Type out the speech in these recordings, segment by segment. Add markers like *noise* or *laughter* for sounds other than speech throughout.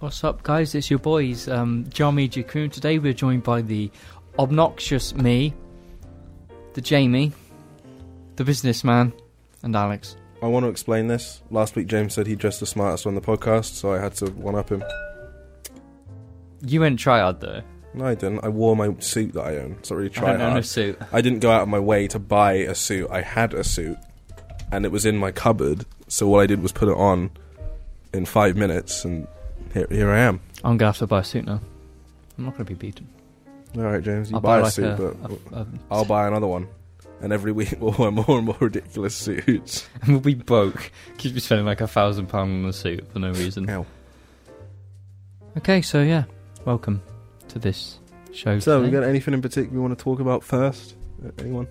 What's up, guys? It's your boys, um, Jami Jakun. Today we're joined by the obnoxious me, the Jamie, the businessman, and Alex. I want to explain this. Last week, James said he dressed the smartest on the podcast, so I had to one up him. You went triad though. No, I didn't. I wore my suit that I own. It's not really I try don't own a hard. suit. I didn't go out of my way to buy a suit. I had a suit, and it was in my cupboard. So what I did was put it on in five minutes, and here, here I am. I'm gonna have to buy a suit now. I'm not gonna be beaten. All right, James, you I'll buy, buy a like suit, a- but a- a- I'll buy another one. And every week *laughs* we'll wear more and more ridiculous suits. *laughs* we'll be broke. Keep me spending like a thousand pound on a suit for no reason. Ow. Okay, so yeah, welcome to this show. So, we today. got anything in particular you want to talk about first? Anyone?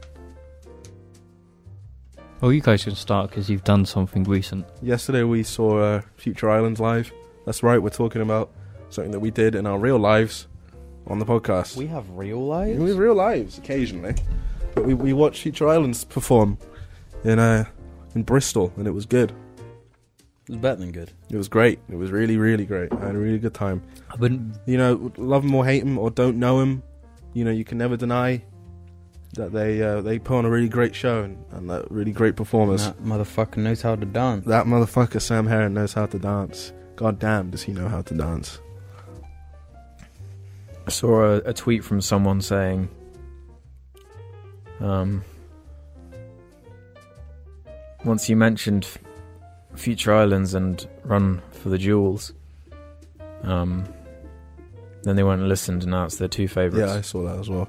Well, you guys can start because you've done something recent. Yesterday we saw uh, Future Islands live. That's right, we're talking about something that we did in our real lives on the podcast. We have real lives. we have real lives occasionally, but we, we watched Future Islands perform in uh, in Bristol, and it was good. It's better than good. It was great. It was really, really great. I had a really good time. I wouldn't. You know, love them or hate them or don't know them, you know, you can never deny that they uh, they put on a really great show and, and that really great performers. That motherfucker knows how to dance. That motherfucker Sam Heron knows how to dance. God damn, does he know how to dance? I saw a, a tweet from someone saying, um, once you mentioned Future Islands and Run for the Jewels, um, then they went and listened, and now it's their two Yeah, I favourites. saw that as well.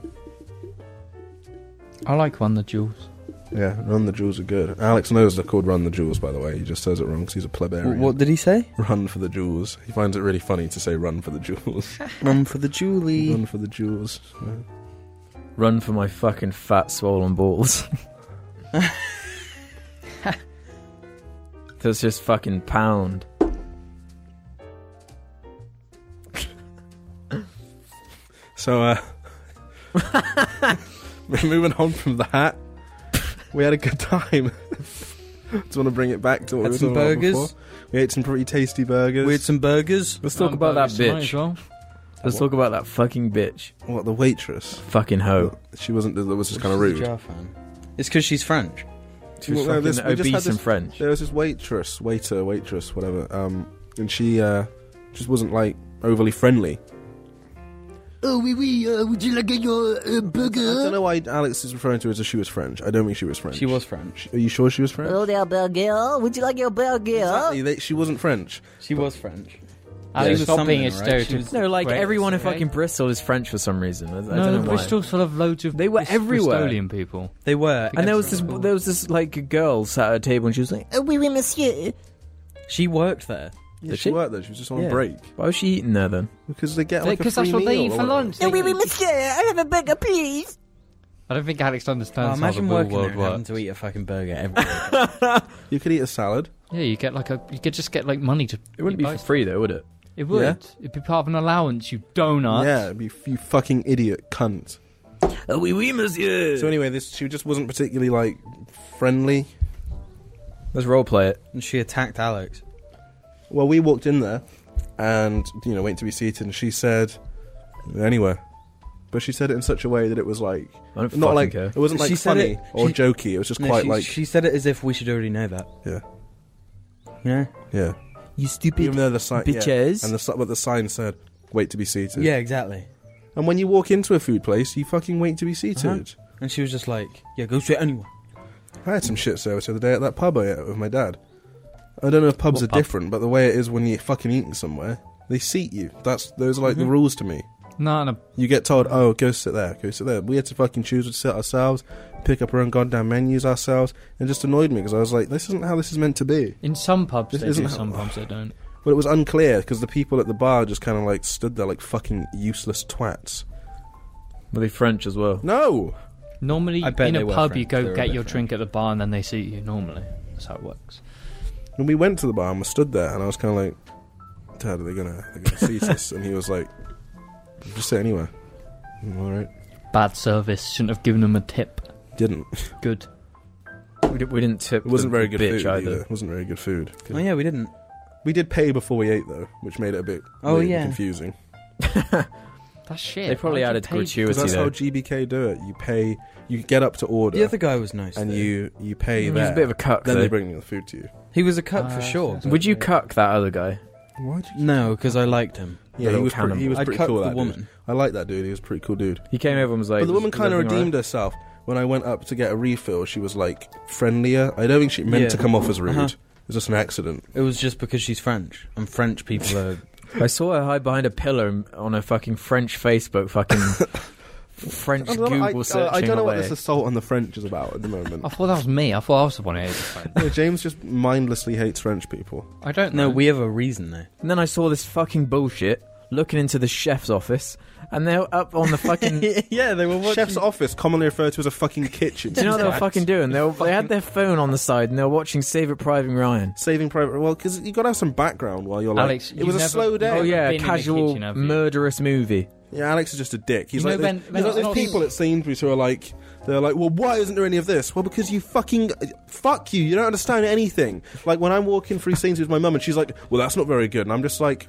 I like one the jewels. Yeah, Run the Jewels are good. Alex knows they're called Run the Jewels, by the way. He just says it wrong because he's a plebeian. What, what did he say? Run for the Jewels. He finds it really funny to say Run for the *laughs* Jewels. Run for the Julie. Run for the Jewels. Yeah. Run for my fucking fat, swollen balls. *laughs* That's just fucking pound. So, uh, *laughs* we're moving on from that. We had a good time. *laughs* Do you want to bring it back to what Had we were some talking about burgers. before? We ate some pretty tasty burgers. We had some burgers. Let's talk about that bitch. Well. Let's talk about that fucking bitch. what the waitress? Fucking hoe. Oh. She wasn't. That was just kind of She's a rude. jar fan. It's because she's French. She Well, was no, this- we fucking just had obese this- and French. There was this waitress, waiter, waitress, whatever, um, and she uh, just wasn't like overly friendly. Oh oui oui, euh, would you like a your uh, I don't burger? know why Alex is referring to her as if she was French. I don't think she was French. She was French. Are you sure she was French? Hello there, Oh, burger. Would you like your burger? Exactly. They, she wasn't French. She was French. Alex, she was stop being a something, right? She stereotype. was- No, like Right, everyone in okay. fucking Bristol is French for some reason. I, I no, don't know why. Bristol's full of loads of They were Bris- everywhere. Bristolian people. They were. And there was this, Excellent. there was this like a girl sat at a table and she was like, Oh oui oui, monsieur. She worked there. Yeah, Did she she? worked there. She was just on Yeah. a break "Why was she eating there then?" because they get like a free Because that's what they meal eat or for whatever. lunch. Oh oui oui, monsieur. I have a burger, please. I don't think Alex Oh, understands how the imagine real working there world and having works. to eat a fucking burger every day. You could eat a salad. Yeah, you get like a you could just get like money to. It wouldn't eat be for bicycle. free though, would it? It would. Yeah. It'd be part of an allowance. You donut. Yeah, you, you fucking idiot, cunt. Oh, oui, oui, monsieur. So anyway, this she just wasn't particularly like friendly. Let's role play it. and she attacked Alex. Well, we walked in there and, you know, went to be seated, and she said, anywhere. But she said it in such a way that it was like, I don't not fucking like, care. it wasn't like She said funny it- or she- jokey. It was just No, quite she, like, she said it as if we should already know that. yeah, Yeah. yeah. You Even stupid. though the sign, yeah. bitches. and the si- but the sign said, wait to be seated. Yeah, exactly. And when you walk into a food place, you fucking wait Uh-huh. to be seated. And she was just like, "Yeah, go straight anywhere." I had some shit service the other day at that pub I ate at with my dad. I don't know if pubs What are pub? different, but the way it is when you're fucking eating somewhere, they seat you. That's those are like Mm-hmm. the rules to me. No, no. You get told, oh, go sit there, go sit there. We had to fucking choose to sit ourselves, pick up our own goddamn menus ourselves, and it just annoyed me because I was like, this isn't how this is meant to be. In some pubs This they do. isn't- Some pubs they don't. But it was unclear because the people at the bar just kind of like stood there like fucking useless twats. Were they French as well? No! Normally I bet in a they were pub you French. They go were a get bit your French. drink at the bar and then they seat you. Normally that's how it works. And we went to the bar and we stood there, and I was kind of like, Dad, are they gonna, are they gonna seat us? And he was like, just sit anywhere. Alright. Bad service. Shouldn't have given them a tip. Didn't. Good. We, di- we didn't tip. It wasn't the very good bitch food either. It wasn't very good food. Oh yeah, we didn't. We did pay before we ate though, which made it a bit Oh, weird and yeah. confusing. *laughs* That's shit. They probably Why'd you added pay- Because gratuity that's how though. GBK do it. You pay, you get up to order, The other guy was nice. and though. you you pay He there. was Mm. a bit of a cuck then they though. bring the food to you. He was a cuck for Ah, sure. fair. Would you cuck that other guy? Why? No, because I liked him. Yeah, The he little was pretty, he cannibal. was I pretty cucked cool. the that dude. woman. I like that dude. He was a pretty cool dude. He came over and was like. but the woman "Is kind of everything redeemed herself. When I went up to get a refill, she was like friendlier. I don't think she meant Yeah. to come off as rude. Uh-huh. It was just an accident. It was just because she's French, and French *laughs* people are. alright?" I saw her hide behind a pillar on a fucking French *laughs* Facebook, fucking French I don't know, I- uh, Google I, searching I don't know what away. this assault on the French is about at the *laughs* moment. I *laughs* Oh, thought that was me. I thought I was the one who hated French. No, James just mindlessly hates French *laughs* people. I don't know. no, we have a reason though. And then I saw this fucking bullshit looking into the chef's office, and they're up on the *laughs* fucking. Do yeah, they were Chef's office, commonly referred to as a fucking kitchen. you know what they were Correct. fucking doing? They, were, they had their phone on the side and they were watching Save It Private Ryan. Saving Private. Well, because you got to have some background while you're like. Alex, it you was a never- slow day. Oh yeah, been in the casual kitchen, have you? murderous movie. Yeah, Alex is just a dick. He's You like, know when- those, when he's like it's those not- people at Sainsbury's who are like, they're like, well, why isn't there any of this? Well, because you fucking uh, fuck you. You don't understand anything. Like when I'm walking through Sainsbury's with my mum, and she's like, well, that's not very good, and I'm just like,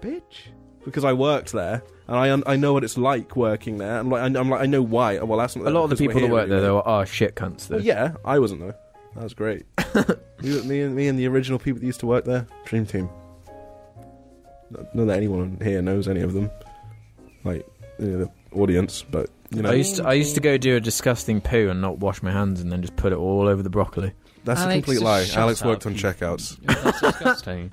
bitch, because I worked there and I un- I know what it's like working there, and like I- I'm like I know why. Well, that's not A lot of the because we're people that here work there anyway. though are shit cunts though. Well, yeah, I wasn't though. That was *laughs* great. me, and- me and me and the original people that used to work there, dream team. Not, not that anyone here knows any of them, like you know, the audience. But you know, I used to, I used to go do a disgusting poo and not wash my hands and then just put it all over the broccoli. that's Alex, a complete just lie. shut Alex up, worked on you- *laughs* checkouts. That's *laughs* disgusting.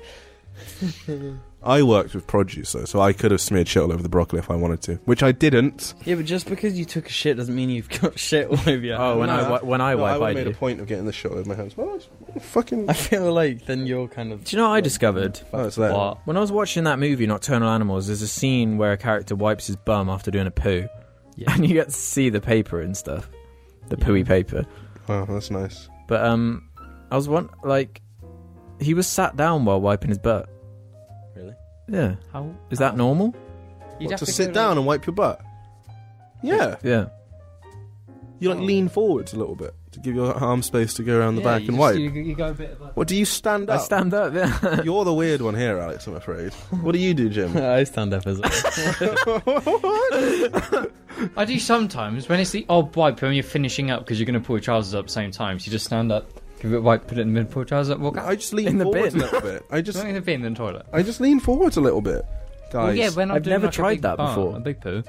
I worked with produce though, so I could have smeared shit all over the broccoli if I wanted to, which I didn't. Yeah, but just because you took a shit doesn't mean you've got *laughs* shit all over your. oh, when no. I wi- when I No, wipe, would've I, made do. a point of getting the shit all over my hands. Well, that's fucking. I feel like then you're kind of. Do you know what I discovered? Oh, it's there. What? When I was watching that movie, Nocturnal Animals, there's a scene where a character wipes his bum after doing a poo, Yeah. *laughs* and you get to see the paper and stuff, the Yeah. pooey paper. Oh, that's nice. But um, I was one like, he was sat down while wiping his butt. *laughs* Really? Yeah, How is that normal? You'd What, have to to sit go down and wipe your butt. Yeah, Yeah, you like lean forwards a little bit to give your arm space to go around the Yeah, back you and just- wipe. You, you go a bit of a. What do you stand I up? *laughs* stand up. Yeah. You're the weird one here, Alex. I'm afraid. What do you do, *laughs* Jim? I stand up as well. I do sometimes when it's the odd wipe when you're finishing up because you're going to pull your trousers up at the same time. So you just stand up, give it a wipe, put it in the middle, pull your trousers up, walk out. I just lean In the forwards bin. a little bit. I *laughs* just, Something in the bin, then toilet. I just lean forwards a little bit, guys. Well, yeah, when I'm I've doing, never like, a tried big that fart, before. A big poo.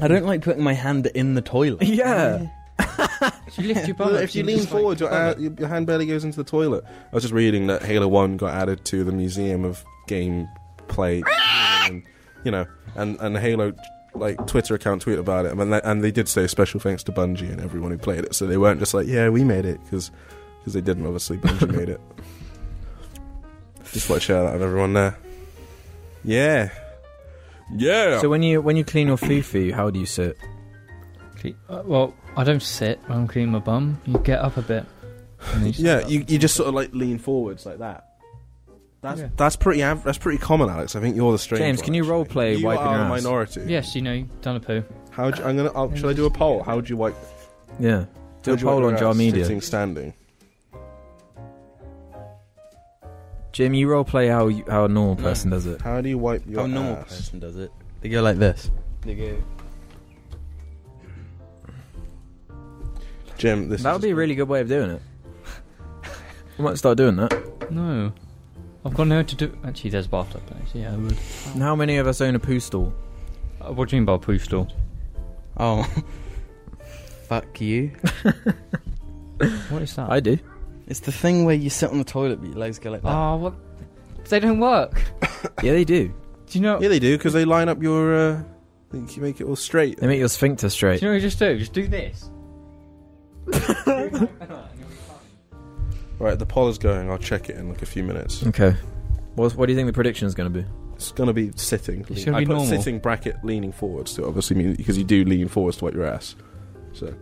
I don't like putting my hand in the toilet. *laughs* yeah. So you lift your Well, bum. up, if you so lean just, forward, like, your, uh, your your hand barely goes into the toilet. I was just reading that Halo One got added to the Museum of Game Play, and, you know, and and Halo like Twitter account tweet about it, and they, and they did say special thanks to Bungie and everyone who played it. So they weren't just like, yeah, we made it because they didn't. Obviously, *laughs* Bungie made it. Just want to share that with everyone there. Yeah, yeah. So when you when you clean your fufu, how do you sit? Uh, well, I don't sit when I'm cleaning my bum. You get up a bit. and then Yeah, you, you just sort of like lean forwards like that. That's Yeah. that's pretty av- that's pretty common, Alex. I think you're the strange. James, one, can you actually. role play You wiping are your a ass? minority. Yes, you know, you've done a poo. How would you, I'm gonna? Oh, should I do a poll? How would you wipe? Yeah. how Do a would you wipe poll your on Jar ass Media. Sitting, standing. Jim, you role play how you, how a normal person does it. How do you wipe your How a normal ass? person does it? They go like this. They go. Jim, this That would is be a really good way of doing *laughs* it. We might start doing that. No. I've got no to do. Actually, there's a bathtub. Actually, yeah, I would. And how many of us own a poo stall? Uh, what do you mean by a poo stall? Oh. *laughs* Fuck you. What is that? I do. It's the thing where you sit on the toilet but your legs go like Ah. that. Oh, what? They don't work. Yeah, they do. Do you know? Yeah, they do because they line up your. Uh, think you make it all straight. They make your sphincter Do straight. you know what you just do? Just do this. Right, the poll is going. I'll check it in like a few minutes. Okay. What, what do you think the prediction is going to be? It's gonna be sitting. It's gonna I be put normal. sitting bracket leaning forwards to obviously mean because you do lean forwards to wipe your ass. So You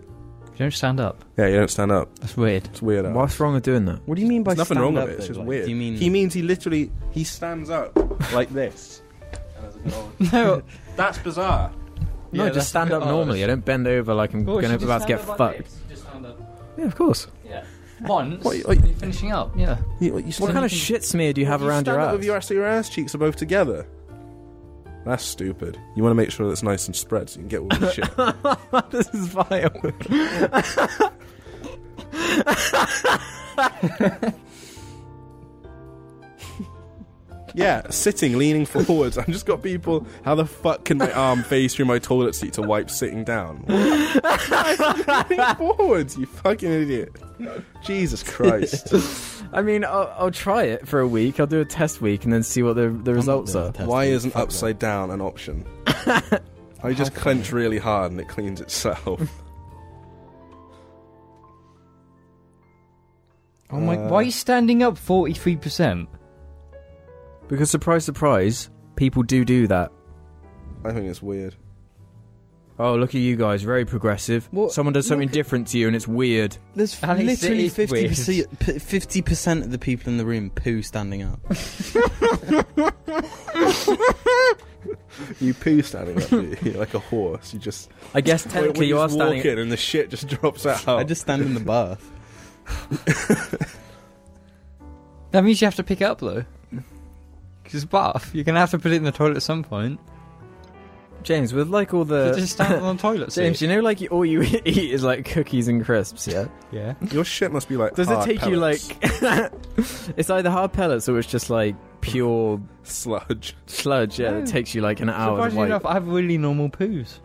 don't stand up. yeah, you don't stand up. That's weird. It's weird. Alex. What's wrong with doing that? What do you mean by There's nothing stand wrong up, with it. It's though? just Like, weird. Do you mean he means he literally he stands up like this. *laughs* No. That's bizarre. No, Yeah, just that's *laughs* Oh, stand a bit up odd. normally. I don't bend over like I'm Well, going you to just about to stand get up like fucked. this. Just stand up. Yeah, of course. Yeah. Once, What, when like- you're finishing up, yeah. You, you What stand, kind of shit smear do you have you around stand your up ass? with your ass so your ass cheeks are both together. That's stupid. You want to make sure that's nice and spread so you can get all the shit. *laughs* this is vile. *laughs* Yeah, sitting, leaning forwards. I've just got people. How the fuck can my arm phase through my toilet seat to wipe sitting down? *laughs* leaning forwards, you fucking idiot. Jesus Christ. I mean, I'll, I'll try it for a week. I'll do a test week and then see what the, the results doing are. that. Why isn't upside down an option? I just clench really hard and it cleans itself. Oh my! Uh, why are you standing up forty three percent? *laughs* Because surprise, surprise, people do do that. I think it's weird. Oh, look at you guys, very progressive. What? Someone does something Look- different to you and it's weird. There's Alex, it literally is weird. 50%, 50% of the people in the room poo standing up. You poo standing up, do you? like a horse. You just I guess When *laughs* technically you are just standing. walking and the shit just *laughs* drops out. I just stand in the bath. That means you have to pick it up though. Because bath, you're gonna have to put it in the toilet at some point. James, with like all So the. just stand *laughs* on the *laughs* toilet seat. James, you know, like all you *laughs* eat is like cookies and crisps, yeah? yeah. Your shit must be like. Does it hard take you pellets. like. *laughs* it's either hard pellets or it's just like pure sludge? sludge, yeah? No. It takes you like an hour to Surprisingly wipe. enough, I have really normal poos.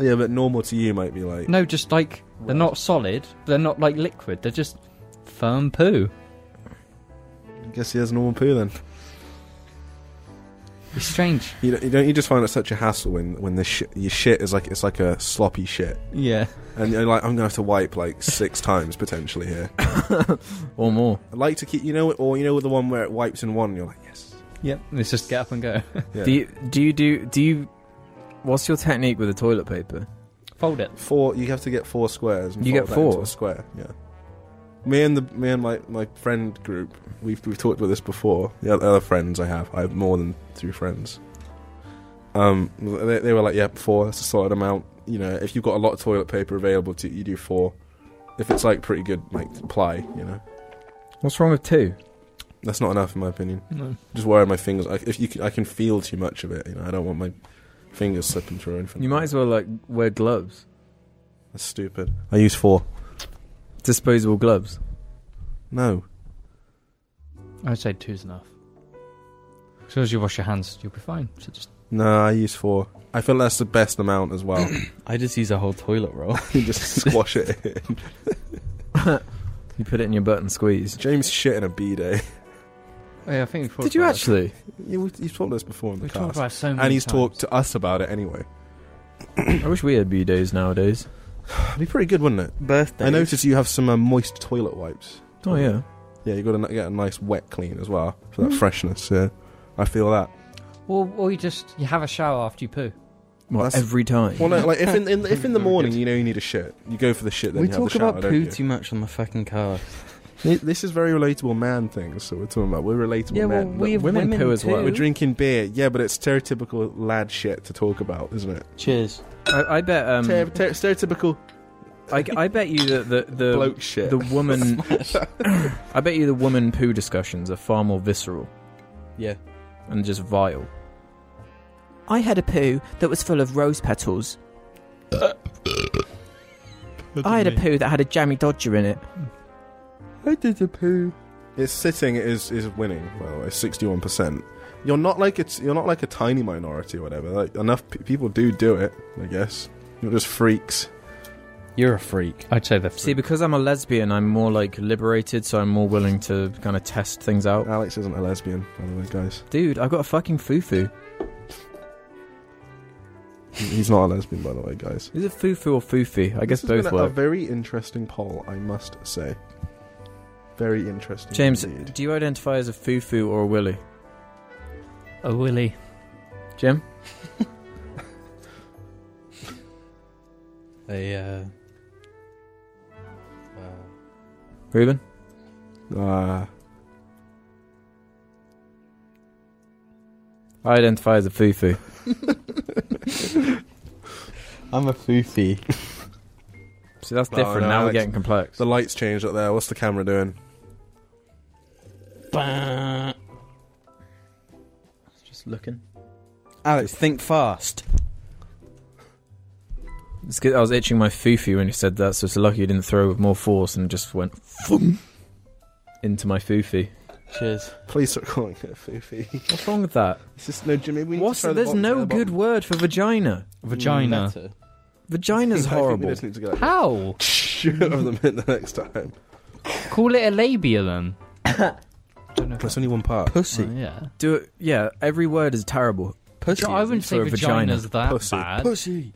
Yeah, but normal to you might be like. No, just like they're not solid. They're not like liquid. They're just firm poo. I guess he has normal poo then. It's strange. You don't, you don't you just find it such a hassle when when the shit your shit is like it's like a sloppy shit, *laughs* Yeah. and you're like I'm gonna have to wipe like six *laughs* times potentially here. *laughs* Or more. I like to keep you know or you know the one where it wipes in one. You're like yes. Yep. Let's just get up and go. Yeah. Do you do you do do you? What's your technique with the toilet paper? Fold it. four you have to get four squares. And You fold get that into four? a square. Yeah. Me and the me and my, my friend group we've we've talked about this before. The oth- other friends I have I have more than two friends. Um, they, they were like, yeah, four. That's a solid amount. You know, if you've got a lot of toilet paper available to you, you do four. If it's like pretty good, like ply, you know, What's wrong with two? that's not enough in my opinion. No. Just worry my fingers. I, if you, can, I can feel too much of it. You know, I don't want my fingers slipping through or anything. You might as well like wear gloves, That's stupid. I use four. disposable gloves. No, I'd say two's enough. As soon as you wash your hands, you'll be fine. So just No, I use four. I feel that's the best amount as *coughs* well. *laughs* I just use a whole toilet roll. you just squash it in. You put it in your butt and squeeze. James shit in a B day. yeah, I think we've Did you actually? You, you've talked this before in the We've talked cast. about it so many And he's times. talked to us about it anyway. I wish we had bidets nowadays. It'd be pretty good, wouldn't it? *laughs* Birthday. I noticed you have some uh, moist toilet wipes. Oh yeah. Yeah, you got to get a nice wet clean as well for Hmm. that freshness. Yeah, I feel that. Or, or you just you have a shower after you poo. Well, That's- every time. Well, no, *laughs* like if in, in if in the morning you know you need a shit, you go for the shit. Then we you have talk the shower, about don't poo you? too much on the fucking car. Th- This is very relatable man things. So we're talking about we're relatable men. Look, have women women poo as well. we're drinking beer, yeah, but it's stereotypical lad shit to talk about, isn't it? Cheers. I, I bet. Um, Ter- ter- stereotypical I, I bet you that the the bloke shit. the *laughs* woman. *clears throat* I bet you the woman poo discussions are far more visceral Yeah. and just vile. I had a poo that was full of rose petals. I had a poo that had a jammy dodger in it. I did a poo. It's sitting is is winning. By the way, sixty one percent. You're not like it's you're not like a tiny minority or whatever. Like enough pe- people do do it. I guess you're just freaks. You're a freak. I'd say the See, because I'm a lesbian, I'm more like liberated, so I'm more willing to kind of test things out. Alex isn't a lesbian, by the way, guys. Dude, I've got a fucking fufu. He- He's not a lesbian, by the way, guys. Is it fufu or fufi? I guess This has both been a- A work. very interesting poll, I must say. Very interesting. James, indeed. do you identify as a fufu or a willy? a willy. Jim? They, uh. Ruben? Ah, I identify as a fufu. I'm a foofy. See, that's Oh, different. no, now we're Alex. getting complex. The lights changed up there. What's the camera doing? Bah. Just looking. *laughs* Alex, think fast. It's good- I was itching my fufu when you said that, so it's lucky you didn't throw with more force and just went thump into my fufu. Cheers. Please stop calling it *laughs* foofy. What's wrong with that? It's just no, Jimmy. We need What's to try the there's bottom- no the good bottom. word for vagina. Vagina. Better. *laughs* Vagina's I think We horrible. just need to go like, How? *laughs* shoot over them in the next time. Call it a labia then. *coughs* Don't know if That's only one part. that's- Pussy. oh, yeah. Do it. Yeah, every word is terrible. Pussy. I wouldn't say for a vagina. vagina's that Pussy. bad. Pussy.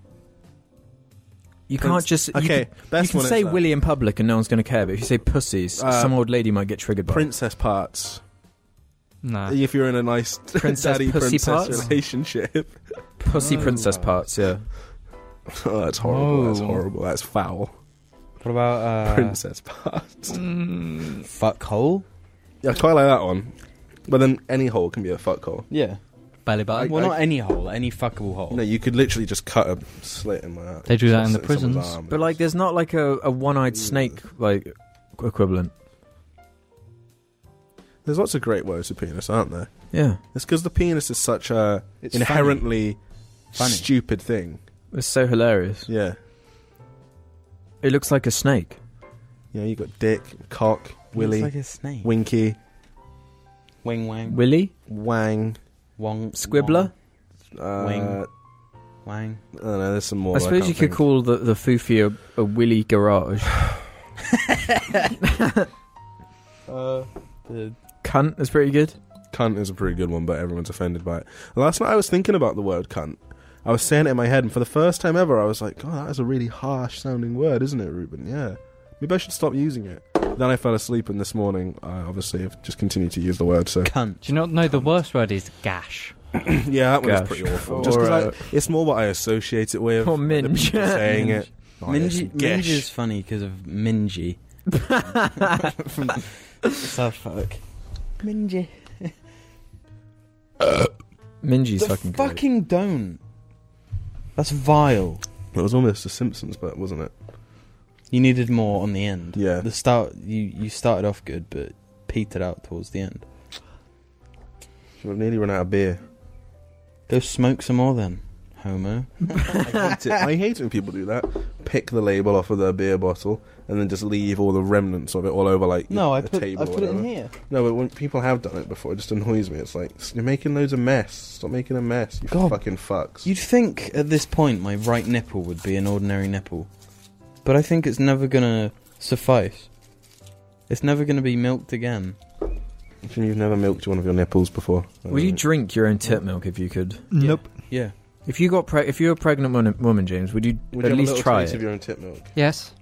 You Prince- can't just. You Okay, can, best you can one say is that. Willie in public and no one's going to care, but if you say pussies, Uh, some old lady might get triggered by it. Princess parts. Nah. If you're in a nice Princess *laughs* daddy pussy princess parts? relationship. Pussy Oh. princess parts, yeah. Oh, that's horrible. That's Oh. horrible. That's foul. What about uh, princess parts. Mm, Fuck hole. Yeah, I quite like that one. But then any hole can be a fuck hole. Yeah. belly button. well, I- not any hole. Any fuckable hole. No, you could literally just cut a slit in my arm. They do that in the Slit someone's prisons. arm. But like, there's not like a, a one-eyed Yeah. snake like equ- equivalent. there's lots of great words for penis, aren't there? Yeah, It's because the penis is such a It's inherently Funny. stupid thing. it's so hilarious. Yeah, It looks like a snake. you know, you got dick, cock, willy, It's like a snake. winky, Wing wang. Willie, wang. Wong. Squibbler. Uh, Wing. I Wang. don't know. There's some more. I that suppose can't you could think. call the the foofy a, a Willy garage. Uh, the Cunt is pretty good. Cunt is a pretty good one, but everyone's offended by it. Last night I was thinking about the word cunt. I was saying it in my head, and for the first time ever, I was like, "God, that is a really harsh sounding word, isn't it, Ruben? Yeah, maybe I should stop using it." Then I fell asleep, and this morning, I obviously have just continued to use the word. *coughs* So *coughs* cunt. Do you not know the worst word is gash? yeah, that one is Gosh. pretty awful. Or, Just 'cause I- uh, it's more what I associate it with. Or the minge. people saying *laughs* it. Oh, Mingy, yes, gesh. Mingy is funny because of *laughs* Mingy. From South Park. Mingy. Minji's the fucking fucking, great. don't. That's vile. It was almost the Simpsons, but wasn't it? You needed more on the end. Yeah. The start you you started off good, but petered out towards the end. We've nearly run out of beer. *laughs* Go smoke some more then, Homo. I hate it. I hate it when people do that. Pick the label off of their beer bottle and then just leave all the remnants of it all over like No, a I put table I or put it in whatever. here. No, but when people have done it before, it just annoys me. It's like you're making loads of mess. Stop making a mess. You God. fucking fucks. You'd think at this point my right nipple would be an ordinary nipple, but I think it's never gonna suffice. It's never gonna be milked again. You, have never milked one of your nipples before. I Would you don't- drink your own tit milk if you could? Nope. Yeah. If you got pre- if you were a pregnant woman, woman James, would you Would you at have a least little try taste it? of your own tip milk? Yes.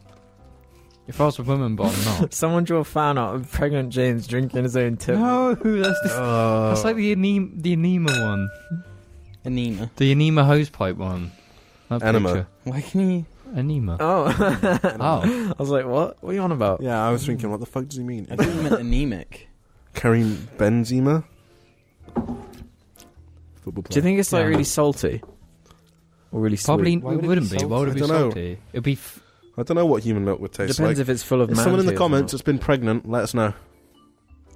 If I was a woman, but I'm *laughs* not. Someone drew a fan art of pregnant James drinking his own tit. milk. no, that's the, Uh, that's like the anema, the anema one, Anema. the anema hosepipe one. That Enema. picture. Why can you Anema. Oh, *laughs* Oh, I was like, what? What are you on about? Yeah, I was thinking, what the fuck does he mean? I thought you meant *laughs* anemic. Karim Benzema. Football Do you think it's like Yeah. really salty? Or really sweet? probably Why would it it wouldn't be be. Why would it salty? be I dunno. salty? It'd be. F- I don't know what human milk would Depends taste like. if it's full of If someone in the mantis or comments not. that's been pregnant, let us know.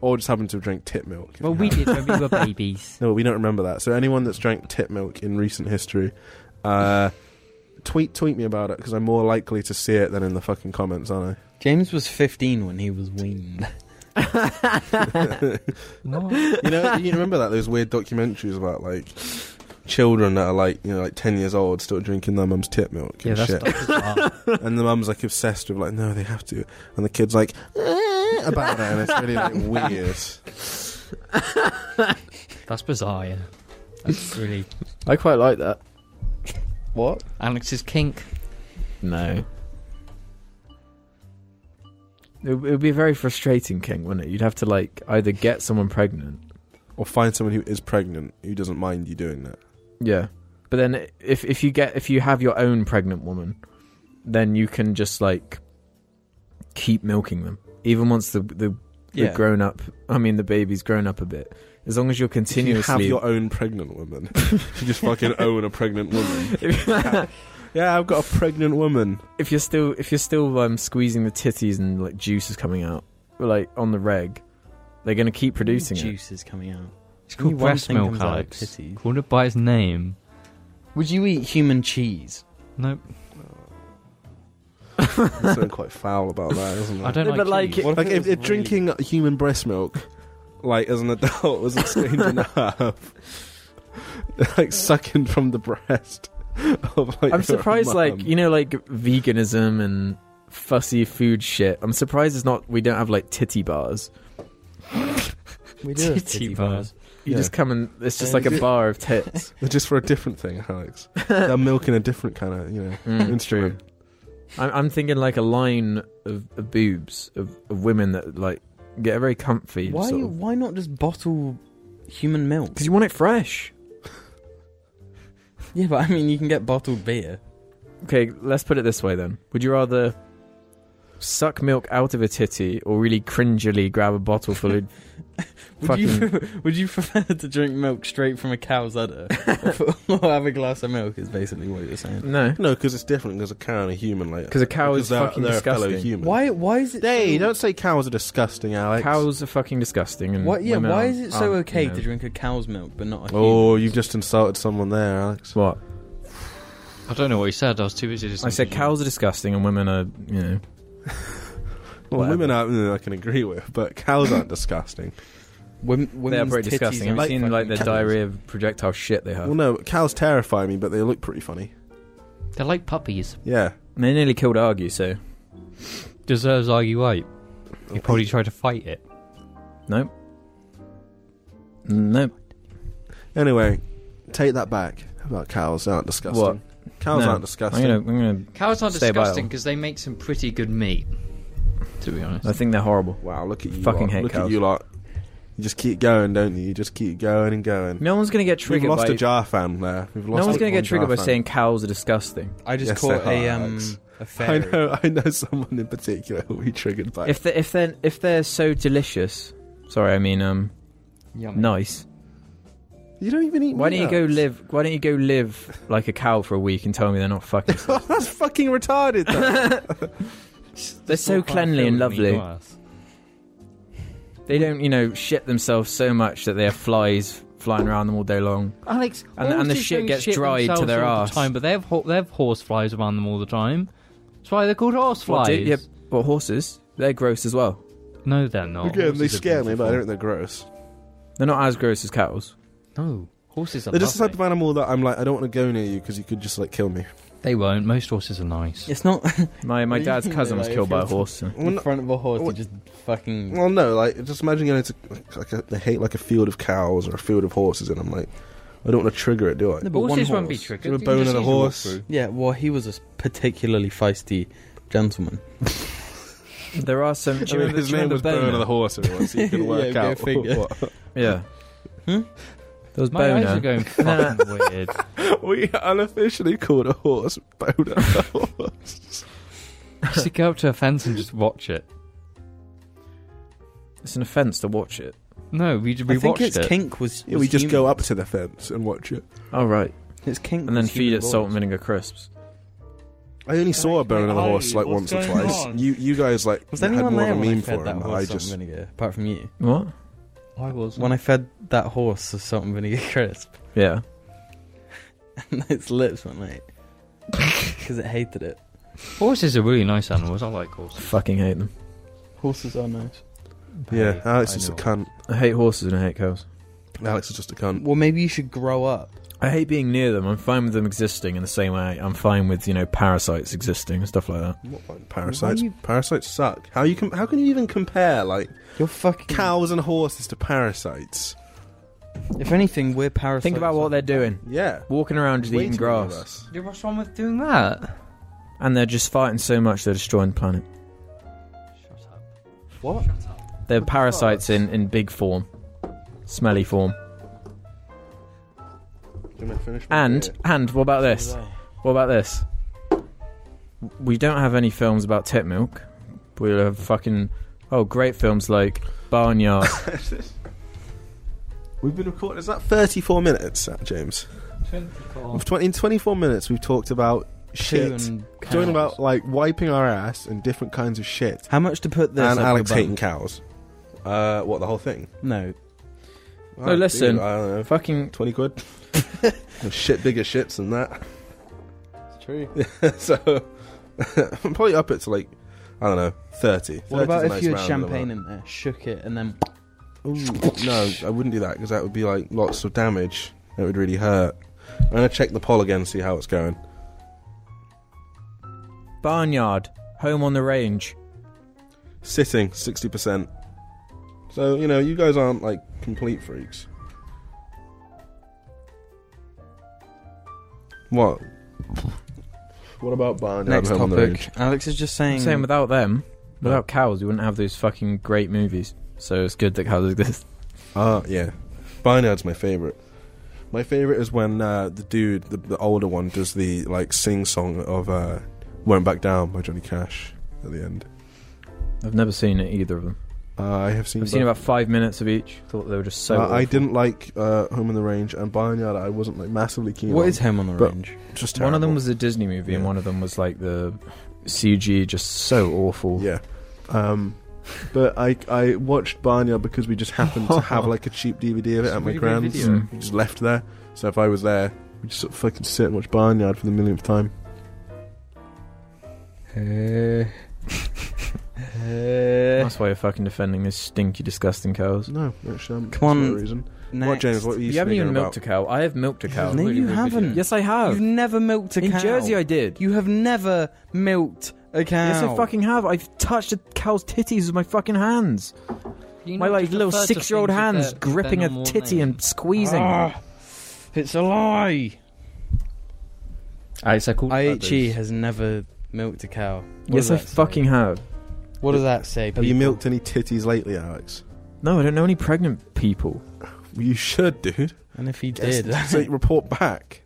Or just happened to have drank tit milk. if well, you we have. did when we were babies. *laughs* No, we don't remember that. So anyone that's drank tit milk in recent history, uh, tweet tweet me about it because I'm more likely to see it than in the fucking comments, aren't James was 15 when he was weaned. I? What? you know, you remember that those weird documentaries about like children that are like you know like ten years old still drinking their mum's tit milk Yeah, and that's shit, not and the mum's like obsessed with like no they have to, and the kid's like "Eh," about that, and it's really like weird. That's bizarre. Yeah. That's really I quite *laughs* like that. What? Alex's kink. No. It would be a very frustrating, King, wouldn't it? You'd have to like either get someone pregnant, Or find someone who is pregnant who doesn't mind you doing that. yeah. But then if if you get if you have your own pregnant woman, then you can just like keep milking them, even once the the, the Yeah. grown up. I mean, the baby's grown up a bit. As long as you're If you continuously have your own pregnant woman. you just fucking own a pregnant woman. *laughs* If- Yeah, I've got a pregnant woman. if you're still if you're still um, squeezing the titties and like juice is coming out, like on the reg, they're gonna keep *laughs* producing it. Juice is coming out. It's called breast milk, Alex. Called it by its name. Would you eat human cheese? Nope. There's something quite foul about that, isn't there? I don't Yeah, like. but, like, cheese. it- Like, if, if drinking human breast milk, like, as an adult, was a strange enough. like, sucking from the breast. Of, like, I'm your *laughs* surprised, mum. like you know, like veganism and fussy food shit. I'm surprised it's not we don't have like titty bars. We *laughs* do *laughs* have Titty titty bars. bars. You Yeah. just come and it's just Yeah, like a we do. bar *laughs* of tits. They're just for a different thing, Alex. They're milking a different kind of, you know. *laughs* Mm, it's Uh, true. Instrument. I'm, I'm thinking like a line of, of boobs of, of women that like get very comfy. Why? sort of- Why not just bottle human milk? Because you want it fresh. Yeah, but I mean, you can get bottled beer. Okay, let's put it this way then. Would you rather suck milk out of a titty or really cringily grab a bottle full of. *laughs* Would you would you prefer *laughs* to drink milk straight from a cow's udder, or *laughs* have a glass of milk? Is basically what you're saying. no. No, because it's different. There's a cow and a human, like. 'Cause a cow is they're- fucking they're a fellow disgusting. human. Why? Why is it? Hey, so, don't say cows are disgusting, Alex. Cows are fucking disgusting. And What? Yeah. women Why are- is it so aren't, okay you know. to drink a cow's milk but not a? Oh, human's? you've just insulted someone there, Alex. What? I don't know what he said. I was too busy. I said cows are disgusting and women are, you know. *laughs* Well, Whatever. women are, mm, I can agree with, but cows *laughs* aren't disgusting. Women, They are women's pretty titties disgusting. are Have you seen like the fucking diarrhea of projectile shit they have? Well, no, cows terrify me, but they look pretty funny. They're like puppies. Yeah. they nearly killed Argue, so. Deserves argue right. He probably tried to fight it. Nope. Mm, Nope. Anyway, take that back about cows aren't disgusting. What? Cows No. aren't I'm disgusting. gonna, I'm gonna. Cows are Stay disgusting vile. because they make some pretty good meat. To be honest, I think they're horrible. Wow, look at you. Fucking lot. hate look cows. at you lot. You just keep going, don't you? You just keep going and going. No one's gonna get We've triggered lost by. a jar fan there. We've lost no one's a- gonna one get triggered by Jar fan. saying cows are disgusting. I just Yes, caught they a are, um Alex. a I fairy. know, I know someone in particular who we triggered by. If they if they're if they're so delicious, sorry, I mean um Yummy. nice. you don't even eat Why don't you go meat, live? Why don't you go live like a cow for a week and tell me they're not fucking? Alex. *laughs* That's fucking retarded. though. they're so cleanly and lovely. They don't, you know, shit themselves so much that they have flies flying around them all day long. Alex, And- and the horses shit don't gets dried to themselves their all the arse. time, but they have ho- they have horse flies around them all the time. That's why they're called horse Well, flies. do- yeah, but horses, they're gross as well. No, they're not. Again, they Horses are scare me, but I beautiful. don't think they're gross. They're not as gross as cows. No, horses are. They're just the type lovely. of animal that I'm like, I don't want to go near you because you could just like kill me. They won't. Most horses are nice. It's not My What my do you dad's mean, cousin was like, killed if by a you're- horse. so- *laughs* Well, in no- front of a horse. Well- and just fucking. well, no, like just imagine going to like a, they hate like a field of cows or a field of horses, and I'm like, I don't want to trigger it, do I? *laughs* No, but one horses won't horse. be Give triggered. a You bone just and a use your walk horse. through. Yeah, well, he was a s- particularly feisty gentleman. There are some. *laughs* I mean, his name was Boner the Horse, everyone, so you can Yeah, work go out. *laughs* figure. what- Yeah. Hmm? There was My eyes Boner. are *laughs* going fucking weird. we unofficially called a horse Boner the Horse. I should go up to a fence and just watch it. It's an offence to watch it. No, we we I think watched its it. kink was. Yeah, *laughs* we was just human. go up to the fence and watch it. Oh right. Its kink And then was feed human it salt balls. and vinegar crisps. I only saw a Boner the Hey, Horse like once what's or going twice. on? You you guys like Was had anyone more of there a when I meme fed for that him. but horse I salt and just vinegar? Apart from you, What? I was. when I fed that horse the salt and vinegar *laughs* crisp, Yeah. and its lips went like because it hated it. *laughs* Horses are really nice animals. I like horses. Fucking hate them. Horses are nice. yeah, oh, Hey, Alex I is just a know. cunt. I hate horses and I hate cows. Alex is just a cunt. Um, Well, maybe you should grow up. I hate being near them. I'm fine with them existing in the same way I'm fine with, you know, parasites existing and stuff like that. What, like, parasites? Why you- Parasites suck. How you com- How can you even compare like You're fucking cows and horses to parasites? If anything, we're parasites. Think about what they're doing. Yeah, Walking around just Way eating too many of grass. us. Yeah, what's wrong with doing that? And they're just fighting so much they're destroying the planet. Shut up. What? Shut up. They're parasites in, in big form. Smelly form. Can I finish my And beer? and what about this? What about this? We don't have any films about tit milk. We have fucking oh great films like Barnyard. we've been recording. Is that thirty-four minutes, uh, James? We've twen- in twenty-four minutes, we've talked about poo shit. and cows. Talking about like wiping our ass and different kinds of shit. how much to put this? and up Alex above? hating cows. Uh, what the whole thing? No, No, listen. I don't know. Fucking. Twenty quid. shit, bigger ships than that. it's true. *laughs* so I'm probably up it to like I don't know, thirty. What 30's about a if nice you had round champagne number. in there, shook it, and then Ooh, no, I wouldn't do that because that would be like lots of damage. It would really hurt. I'm gonna check the poll again, see how it's going. Barnyard. Home on the range. Sitting sixty percent. So you know, you guys aren't like complete freaks. What? What about barnyard? next Home on the Range? topic? Alex is just saying. Same without them. Without cows, we wouldn't have those fucking great movies. So it's good that cows exist. Ah, yeah. Barnyard's my favorite. My favorite is when uh, the dude, the, the older one, does the like sing song of uh, "Won't Back Down" by Johnny Cash at the end. I've never seen it, either of them. Uh, I have seen. I've seen both. about five minutes of each. Thought they were just so. Uh, I awful. didn't like uh, Home in the Range and Barnyard. I wasn't like massively keen. What on. is home on the But- range? just One of them terrible. was a Disney movie, and Yeah. one of them was like the CG, just so awful. yeah. Um, but I I watched Barnyard because we just happened to *laughs* have like a cheap DVD of it It's a at my really great grand's. video. Mm. We just left there. So if I was there, we just sort of fucking sit and watch Barnyard for the millionth time. Uh, That's why you're fucking defending these stinky, disgusting cows. No, actually, um, Come that's on, not a reason. Next. What, James? What are you, You haven't speaking even about? milked a cow. I have milked a cow. No, you haven't. Yes, I have. You've never milked a In cow. Jersey, I did. You have never milked a cow. Yes, I fucking have. I've touched a cow's titties with my fucking hands. You my know, like just little refer to six-year-old things with hands their- their gripping a normal titty name. and squeezing. Ah, it's a lie. Alex, I called IHE has never milked a cow. What yes, does I that say? fucking have. What does that say? Have you people? milked any titties lately, Alex? No, I don't know any pregnant people. Well, you should, dude. And if he Yes, *laughs* did, so you report *laughs* back.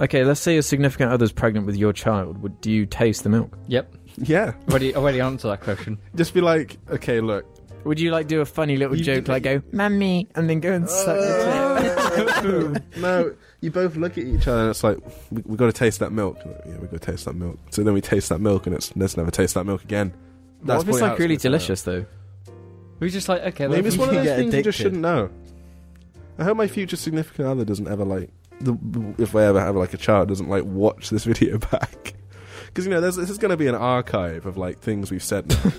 Okay, let's say your significant other's pregnant with your child. Would do you taste the milk? Yep, Yeah, *laughs* already already answered that question. just be like, okay, look. Would you like do a funny little You joke did- like go, "Mummy," and then go and suck Uh, your clit? *laughs* Uh. no, you both look at each other and it's like, we, we got to taste that milk. Like, yeah, we got to taste that milk. So then we taste that milk and it's let's never taste that milk again. That's probably it's how like it's really gonna turn out. delicious though. We were just like, okay, Maybe it's well, one *laughs* of You those get things you just addicted. shouldn't know. I hope my future significant other doesn't ever like the if I ever have like a child doesn't like watch this *laughs* video back because you know there's, this is going to be an archive of like things we've said. now.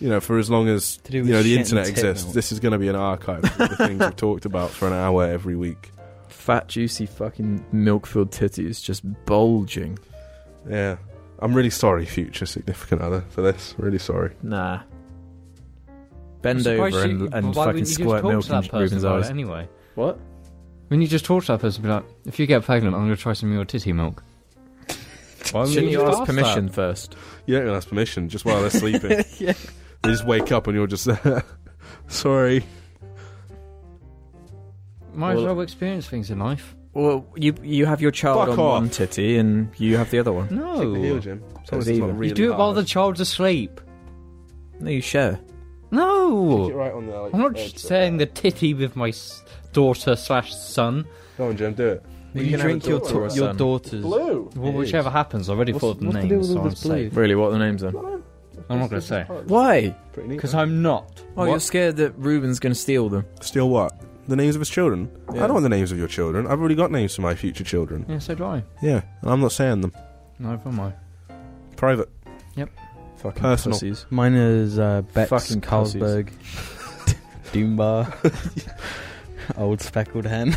you know, for as long as To do you with know shit the and internet tit exists, milk. this is going to be an archive of the things we've talked about for an hour every week. Fat, juicy, fucking milk-filled titties just bulging. Yeah, I'm really sorry, future significant other, for this. Really sorry. Nah. I'm Bend surprised over you- and, and why fucking wouldn't you just squirt talk milk to that in person Ruben's about it eyes. Anyway, What? when you just talk to that person, be like, if you get pregnant, I'm going to try some of your titty *laughs* milk. Shouldn't you you just ask ask permission first? You don't even ask permission, just while they're sleeping. *laughs* They just wake up and you're just *laughs* sorry. Might as Well- well experience things in life. Well, you you have your child Fuck on off. one titty and you have the other one. No, Oh, you Sometimes it's not do it while the child's asleep. No, you share. No, right on there, like, I'm not edge just of saying the titty with my s- daughter slash son. that. Go on, Jim, do it. You you, can have drink a your daughter or a your son. daughter's. Blue. Well, It whichever happens, I already What's- thought the what's the name, deal with so all I'm this safe. Really, what are the names then? I'm not going to say Why? Pretty neat. because I'm not. Oh, you're scared that Ruben's going to steal them. Steal what? The names of his children. Yeah. I don't want the names of your children. I've already got names for my future children. Yeah, so do I. Yeah, and I'm not saying them. Neither am I. Private. Fucking Personal. pussies. Mine is uh, Bex Fucking pussies. Carlsberg, Doombar, Old Speckled Hen.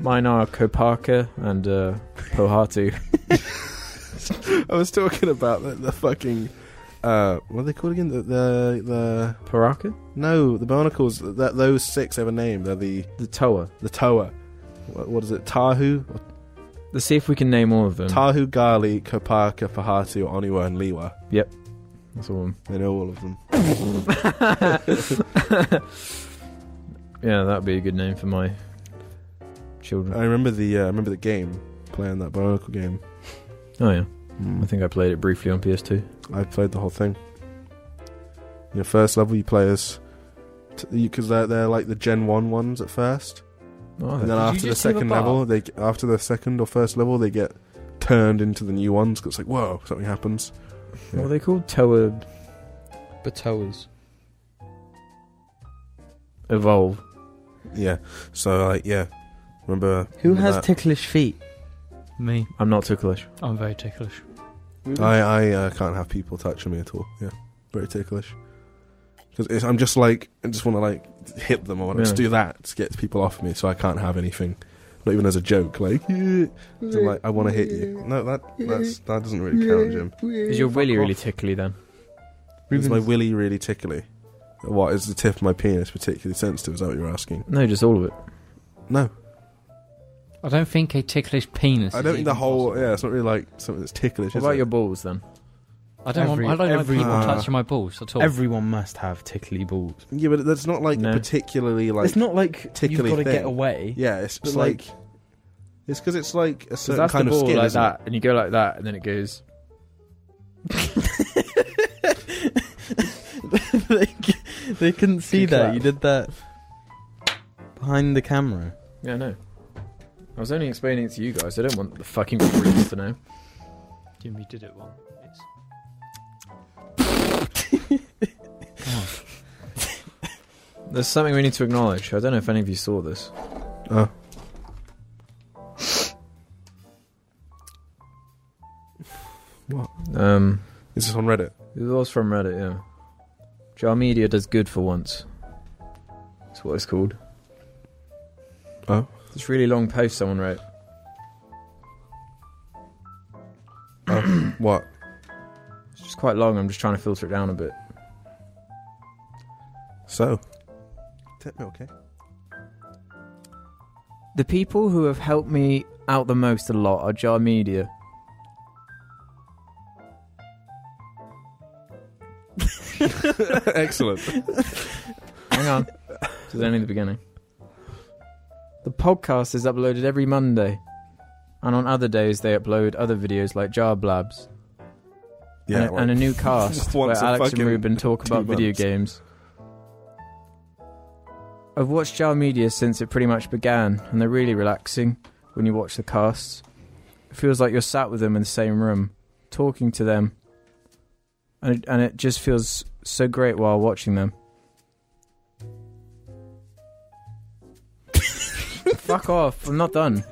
Mine are Kopaka and uh, Pohatu. I was talking about the, the fucking. Uh, what are they called again? The the, the Paraka? no, the barnacles. That those six ever named. They're the The Toa. the Toa. What, what is it? Tahu, Let's see if we can name all of them. Tahu, Gali, Kopaka, Fahatu, Oniwa, and Liwa. That's all *laughs* of them. They know all of them. Yeah, that'd be a good name for my children. I remember the uh, I remember the game playing that barnacle game. oh yeah, Mm. I think I played it briefly on PS2. I played the whole thing. Your first level, you play as because they're they're like the Gen One ones at first, Oh, and Did then you after the just name a second bar? level, they g- after the second or first level, they get turned into the new ones because it's like, whoa, something happens. What are they called? Tower Batoas. Evolve. Yeah. So, like, yeah. Remember. Who remember has that? ticklish feet? Me, I'm not ticklish. I'm very ticklish. I I uh, can't have people touching me at all. Yeah, very ticklish. Because I'm just like I just want to like hit them or whatever. Just Yeah. do that to get people off me, so I can't have anything. Not even as a joke. Like, *laughs* yeah. So I'm like I want to hit you. No, that that's that doesn't really count, Jim. Is your willy off. really tickly then? Is my willy really tickly? What is the tip of my penis particularly sensitive? Is that what you're asking? No, just all of it. No, I don't think a ticklish penis. I is don't think the even whole. possible. Yeah, it's not really like something that's ticklish. What is about it? your balls then? I don't Every- want. I don't every- like people Ah. touching my balls at all. Everyone must have tickly balls. Yeah, but that's not like No. particularly like. it's not like you've tickly got thing. to get away. Yeah, it's But, just like, it's because it's like a So certain that's kind the of ball skin, like isn't it? that, and you go like that, and then it goes. *laughs* they, c- they couldn't see Good that. clap. You did that behind the camera. Yeah, I know. I was only explaining it to you guys. I don't want the fucking freaks to know. Jimmy did it once. There's something we need to acknowledge. I don't know if any of you saw this. Oh. *sighs* Um, Is this on Reddit? it was from Reddit. Yeah, Jar Media does good for once. That's what it's called. Oh. this really long post someone wrote. What? It's just quite long. I'm just trying to filter it down a bit. So. Tip me, okay. The people who have helped me out the most a lot are Jar Media. *laughs* Excellent. Hang on. this is only the beginning. The podcast is uploaded every Monday. And on other days, they upload other videos like Jar Blabs Yeah. and, a, like, and *laughs* a new cast where Once a Alex and fucking Ruben talk two about video months. games. I've watched Jar Media since it pretty much began, and they're really relaxing when you watch the casts. It feels like you're sat with them in the same room, talking to them, and it, and it just feels so great while *laughs* watching them. Fuck off! I'm not done.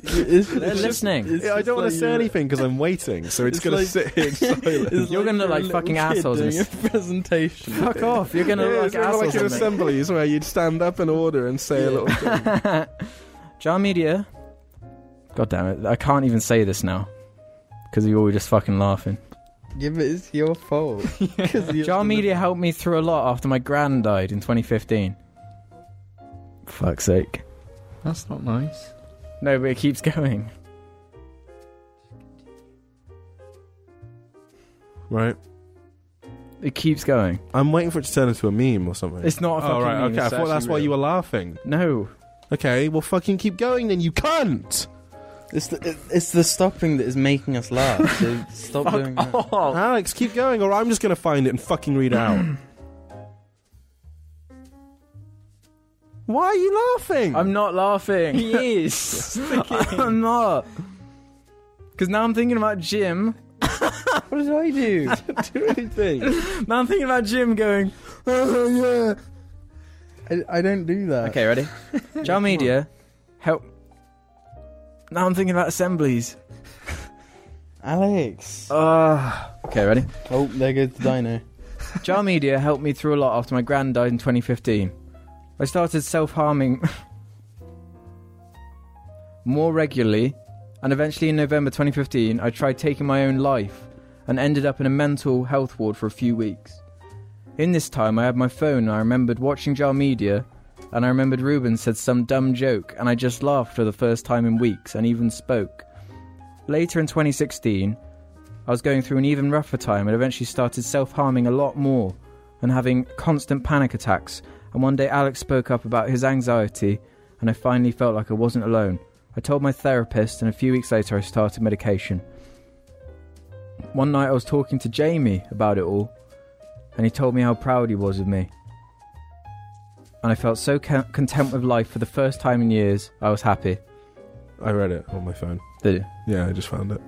They're listening. yeah, I don't want to say anything because I'm waiting, so it's, It's gonna like- sit *laughs* here in silence. You're gonna look like fucking assholes in in a *laughs* presentation. Fuck off! You're gonna yeah, look it's like remember assholes. like in at me. assemblies where you'd stand up in order and say a little. *laughs* thing. Jar Media. God damn it! I can't even say this now because you all were just fucking laughing. Yeah, but it's your *laughs* fault. Jar Media helped me through a lot after my gran died in 2015. Fuck's sake! That's not nice. No, but it keeps going. Right. It keeps going. I'm waiting for it to turn into a meme or something. It's not a fucking. oh right, meme, okay. I it's thought that's actually why you real. were laughing. No, Okay, well, fucking keep going then, you cunt. It's the, it- it's the stopping that is making us *laughs* laugh. So stop doing that. Alex, keep going, or I'm just gonna find it and fucking read it out. *clears throat* Why are you laughing? I'm not laughing. He *laughs* is. I'm not. Because now I'm thinking about Jim. What did I do? do *laughs* anything. Now I'm thinking about Jim going. yeah. Oh, I, I don't do that. Okay, ready? Jar Media, help. Now I'm thinking about assemblies. Alex. Uh, okay, ready? Oh, there goes the dino. Jar Media helped me through a lot after my gran died in 2015. I started self harming *laughs* more regularly, and eventually in November 2015, I tried taking my own life and ended up in a mental health ward for a few weeks. In this time, I had my phone and I remembered watching Jar Media, and I remembered Ruben said some dumb joke, and I just laughed for the first time in weeks and even spoke. Later in 2016, I was going through an even rougher time and eventually started self harming a lot more and having constant panic attacks. And one day, Alex spoke up about his anxiety, and I finally felt like I wasn't alone. I told my therapist, and a few weeks later, I started medication. One night, I was talking to Jamie about it all, and he told me how proud he was of me. And I felt so con- content with life for the first time in years, I was happy. I read it on my phone. Did you? Yeah, I just found it.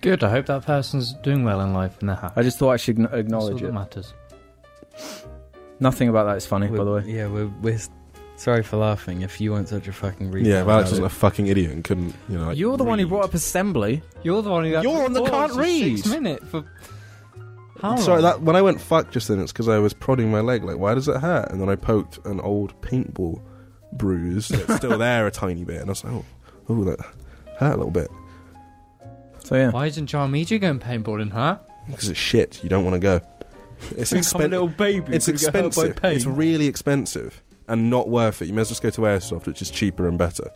Good. I hope that person's doing well in life and they're happy. I just thought I should acknow- That's all acknowledge that it. matters. Nothing about that is funny, by We're- the way. Yeah, we're, we're s- sorry for laughing if you weren't such a fucking retard. yeah, if Alex about wasn't a fucking idiot and couldn't, you know. Like, You're the one who read. brought up assembly. You're the one who. had You're to on the pause can't for read. Six minute for. How I'm sorry, long? that when I went fuck just then, it's because I was prodding my leg. Like, why does it hurt? And then I poked an old paintball bruise *laughs* that's still there a tiny bit, and I was like, oh, oh, that hurt a little bit So yeah. Why isn't John Media going paintballing, huh? because it's shit. You don't want to go. It's Become a expensive. little baby. It's who got hurt by expensive. paint. It's really expensive and not worth it. You may as well just go to airsoft, which is cheaper and better.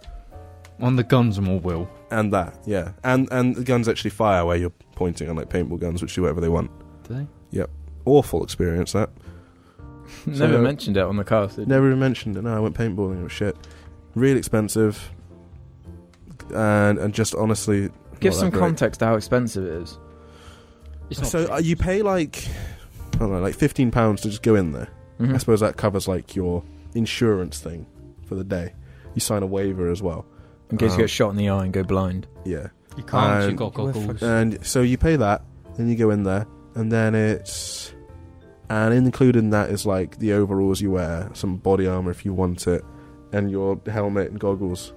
On the guns and all will. And that, yeah, and and the guns actually fire where you're pointing, unlike paintball guns, which do whatever they want. Do they? Awful experience that. *laughs* Never So- mentioned it on the cast. did you? Never even mentioned it. No, I went paintballing. It was shit. Really expensive. And and just honestly, Give not some that great. context to how expensive it is. It's not So cheap. uh, you pay like I don't know, like fifteen pounds to just go in there. Mm-hmm. Hmm. I suppose that covers like your insurance thing for the day. You sign a waiver as well. In case Um, you get shot in the eye and go blind. Yeah, you can't. you um, got you were goggles. fucking- and so you pay that, then you go in there, and then it's and included in that is like the overalls you wear, some body armor if you want it, and your helmet and goggles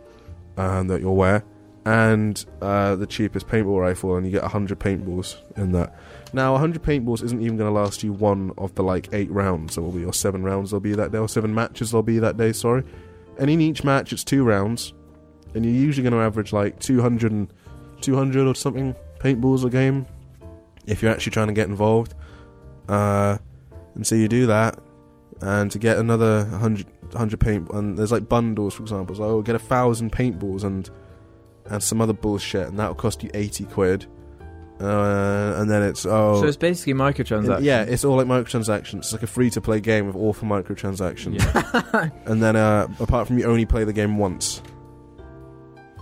um, that you'll wear, and uh, the cheapest paintball rifle, and you get hundred paintballs in that. Now, hundred paintballs isn't even going to last you one of the like eight rounds. There will be or seven rounds. There'll be that day, or seven matches. There'll be that day. Sorry, and in each match it's two rounds, and you're usually going to average like 200, and, 200 or something paintballs a game if you're actually trying to get involved. Uh, and so you do that, and to get another 100, 100 paint, and there's like bundles, for example. So oh, get a thousand paintballs and and some other bullshit, and that'll cost you 80 quid. Uh, and then it's oh, So it's basically microtransactions. yeah, it's all like microtransactions. It's like a free to play game with all for microtransactions. *laughs* and then uh, apart from you only play the game once,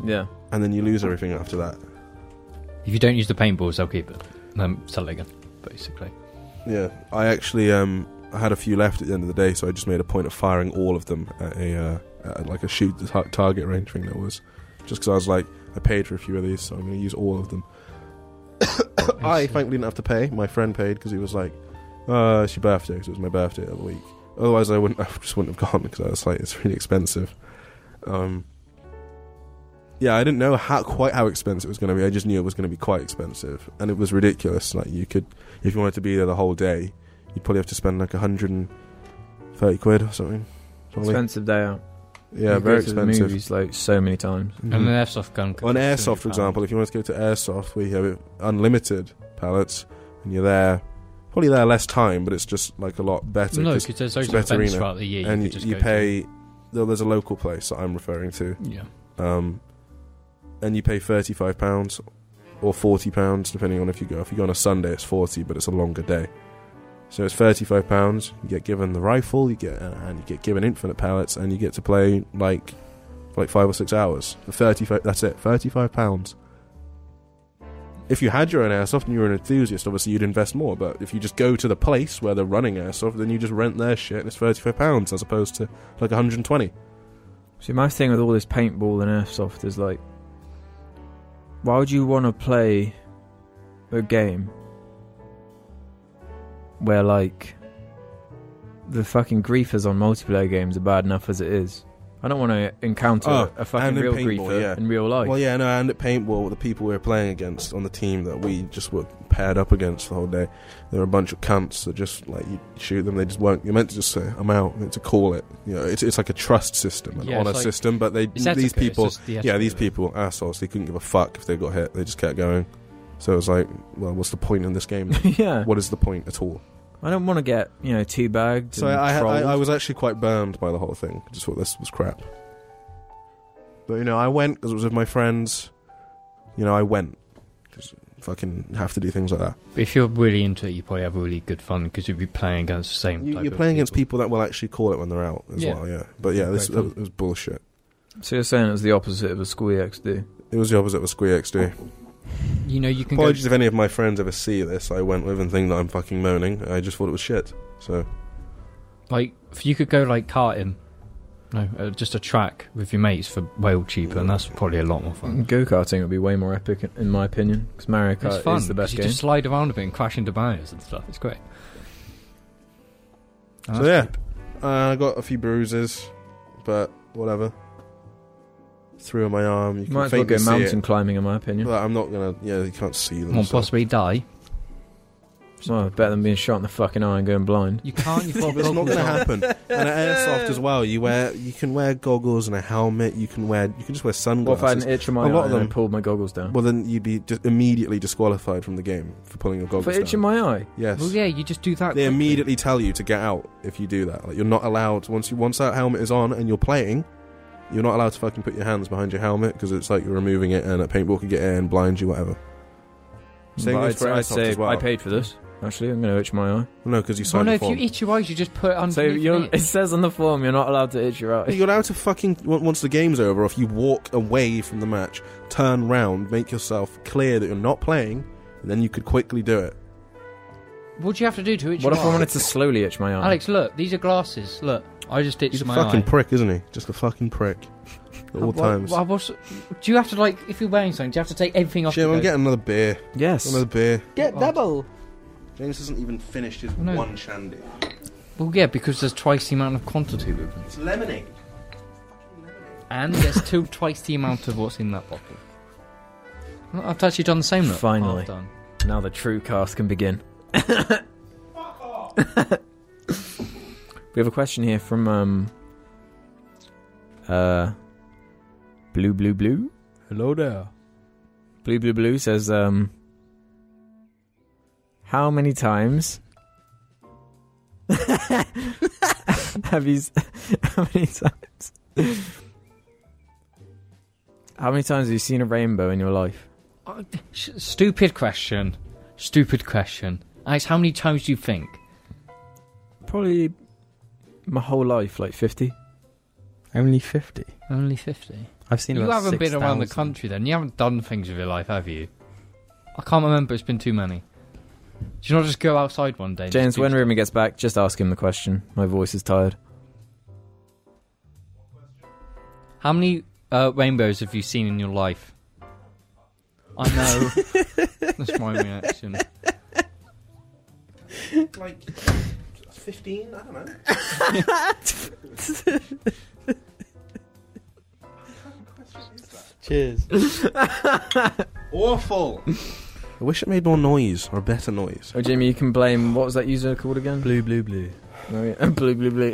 Yeah. and then you lose everything after that. If you don't use the paintballs, they'll keep it. Um, sell it again, basically. Yeah, I actually um I had a few left at the end of the day, so I just made a point of firing all of them at a uh, at like a shoot the tar- target range thing that was, just because I was like I paid for a few of these, so I'm going to use all of them. *coughs* I see. thankfully didn't have to pay. My friend paid because he was like, "Uh, it's your birthday," because it was my birthday the other week. Otherwise, I wouldn't *laughs* I just wouldn't have gone because I was like, it's really expensive. Um. Yeah, I didn't know how quite how expensive it was going to be. I just knew it was going to be quite expensive, and it was ridiculous. Like you could, if you wanted to be there the whole day, you'd probably have to spend like a hundred and thirty quid or something. Probably. Expensive day out. yeah, very You go to the expensive. movies like so many times. Mhm. And an airsoft gun. could On cost airsoft, for £200. example, if you want to go to airsoft, where you have unlimited pallets, and you're there, probably there less time, but it's just like a lot better. no, 'cause- because there's those it's better events arena. throughout the year. You and could you, just you go to. pay. Though there's a local place that I'm referring to, Yeah. um, and you pay thirty-five pounds or forty pounds, depending on if you go. If you go on a Sunday, it's forty, but it's a longer day. So it's thirty-five pounds. You get given the rifle, you get uh, and you get given infinite pallets, and you get to play like for like five or six hours for thirty-five. That's it, thirty-five pounds. If you had your own airsoft and you were an enthusiast, obviously you'd invest more. But if you just go to the place where they're running airsoft, then you just rent their shit, and it's thirty-five pounds as opposed to like one hundred and twenty. See, my thing with all this paintball and airsoft is like, why would you want to play a game where like the fucking griefers on multiplayer games are bad enough as it is? I don't want to encounter Oh, a fucking and in real paintball, griefer yeah. in real Oh, life. Well, yeah, no, and at paintball, the people we were playing against on the team that we just were paired up against the whole day, they were a bunch of cunts that just like you shoot them, they just weren't. You're meant to just say, "I'm out," meant to call it. You know, it's it's like a trust system, an Yeah, it's honor like- system, but they It's these etiquette, it's people, just the yeah, etiquette these of it. people assholes. They couldn't give a fuck if they got hit. They just kept going. So it was like, well, what's the point in this game? *laughs* *laughs* yeah, what is the point at all? I don't want to get you know two bagged. So I, I, I was actually quite burned by the whole thing. I just thought this was crap. But you know, I went because it was with my friends. You know, I went because fucking have to do things like that. But if you're really into it, you probably have really good fun because you'd be playing against the same. You, type you're of playing against people that will actually call it when they're out as Yeah. well. Yeah, but yeah, this Very cool. it was bullshit. so you're saying it was the opposite of a school XD. It was the opposite of Squee XD. You know, you can. Go, Apologies if any of my friends ever see this. I went with and think that I'm fucking moaning. I just thought it was shit. So like, if you could go like karting. No, uh, just a track with your mates for well cheaper, and that's probably a lot more fun. Go karting would be way more epic, in my opinion, because Mario It's Kart fun. is the 'cause best you game. just slide around a bit and crash into barriers and stuff. It's great. And So that's yeah, cheap. uh, I got a few bruises, but whatever. Through my arm, you can Might as well faintly go see mountain it. climbing, in my opinion. But I'm not gonna. Yeah, you can't see them. Well, so- possibly die. Well, better than being shot in the fucking eye and going blind. You *laughs* can't. You've got It's not goggles gonna on. happen. And at airsoft as well, you wear you can wear goggles and a helmet. You can wear you can just wear What if I had sunglasses. an itch on my A eye lot of and I them- pulled my goggles down? Well, then you'd be just immediately disqualified from the game for pulling your goggles For itch in down. my eye? yes. Well, yeah, you just do that. They quickly. immediately tell you to get out if you do that. Like you're not allowed once you once that helmet is on and you're playing, you're not allowed to fucking put your hands behind your helmet because it's like you're removing it and a paintball can get in, blind you, whatever. Same But goes for I'd airsoft say as well. I paid for this. Actually, I'm going to itch my eye. No, because you signed Well, no, the if you form. itch your eyes, you just put it under. So you're, *laughs* it says on the form you're not allowed to itch your *laughs* eye. You're allowed to fucking on- once the game's over, if you walk away from the match, turn round, make yourself clear that you're not playing, and then you could quickly do it. What do you have to do to itch? What if your I eye? wanted to slowly itch my eye? Alex, look, these are glasses. Look, I just itched He's a my fucking eye. prick, isn't he? Just a fucking prick at all What- times. what- what's- do you have to like if you're wearing something? Do you have to take everything off? to Jim, I'm go? getting another beer. Yes. Another beer. Oh. Get double. James hasn't even finished his No. one shandy. Well, yeah, because there's twice the amount of quantity with them, It's lemonade. and there's two *laughs* twice the amount of what's in that bottle. Well, I've actually done the same. Look. Finally. I've done. Now the true cast can begin. we have a question here from um uh Blue Blue Blue. Hello there. Blue Blue Blue says um How many times *laughs* have you s- *laughs* how many times How many times have you seen a rainbow in your life? Oh, sh- stupid question. Stupid question. Alex, how many times do you think? Probably my whole life, like 50. Only 50. Only fifty. I've seen You about haven't been around the 6,000. country then. You haven't done things with your life, have you? I can't remember. It's been too many. Do you not just go outside one day? and James, just do when Rumi gets back, just ask him the question. My voice is tired. How many uh, rainbows have you seen in your life? I *laughs* know. That's my reaction. Like fifteen? I don't know. Cheers. Awful. I wish it made more noise or a better noise. Oh, Jimmy, you can blame. What was that user called *laughs* again? blue, blue, blue. Oh, yeah. *laughs* blue, blue, blue.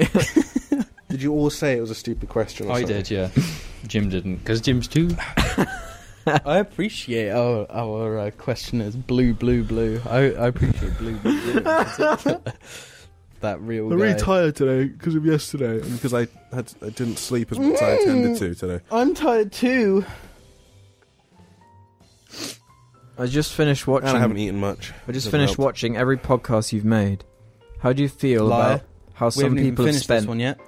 Did you all say it was a stupid question? Or I something? did, yeah. Jim didn't, because Jim's too. *laughs* I appreciate our our uh, questioners, blue, blue, blue. I, I appreciate blue, blue, *laughs* blue. in particular. that real I'm guy. really tired today because of yesterday and because I had I didn't sleep as much as I intended to today. I'm tired too. I just finished watching. And I haven't eaten much. I just Doesn't finished help. watching every podcast you've made. How do you feel Liar. about how we some haven't even people have finished spent? this one yet.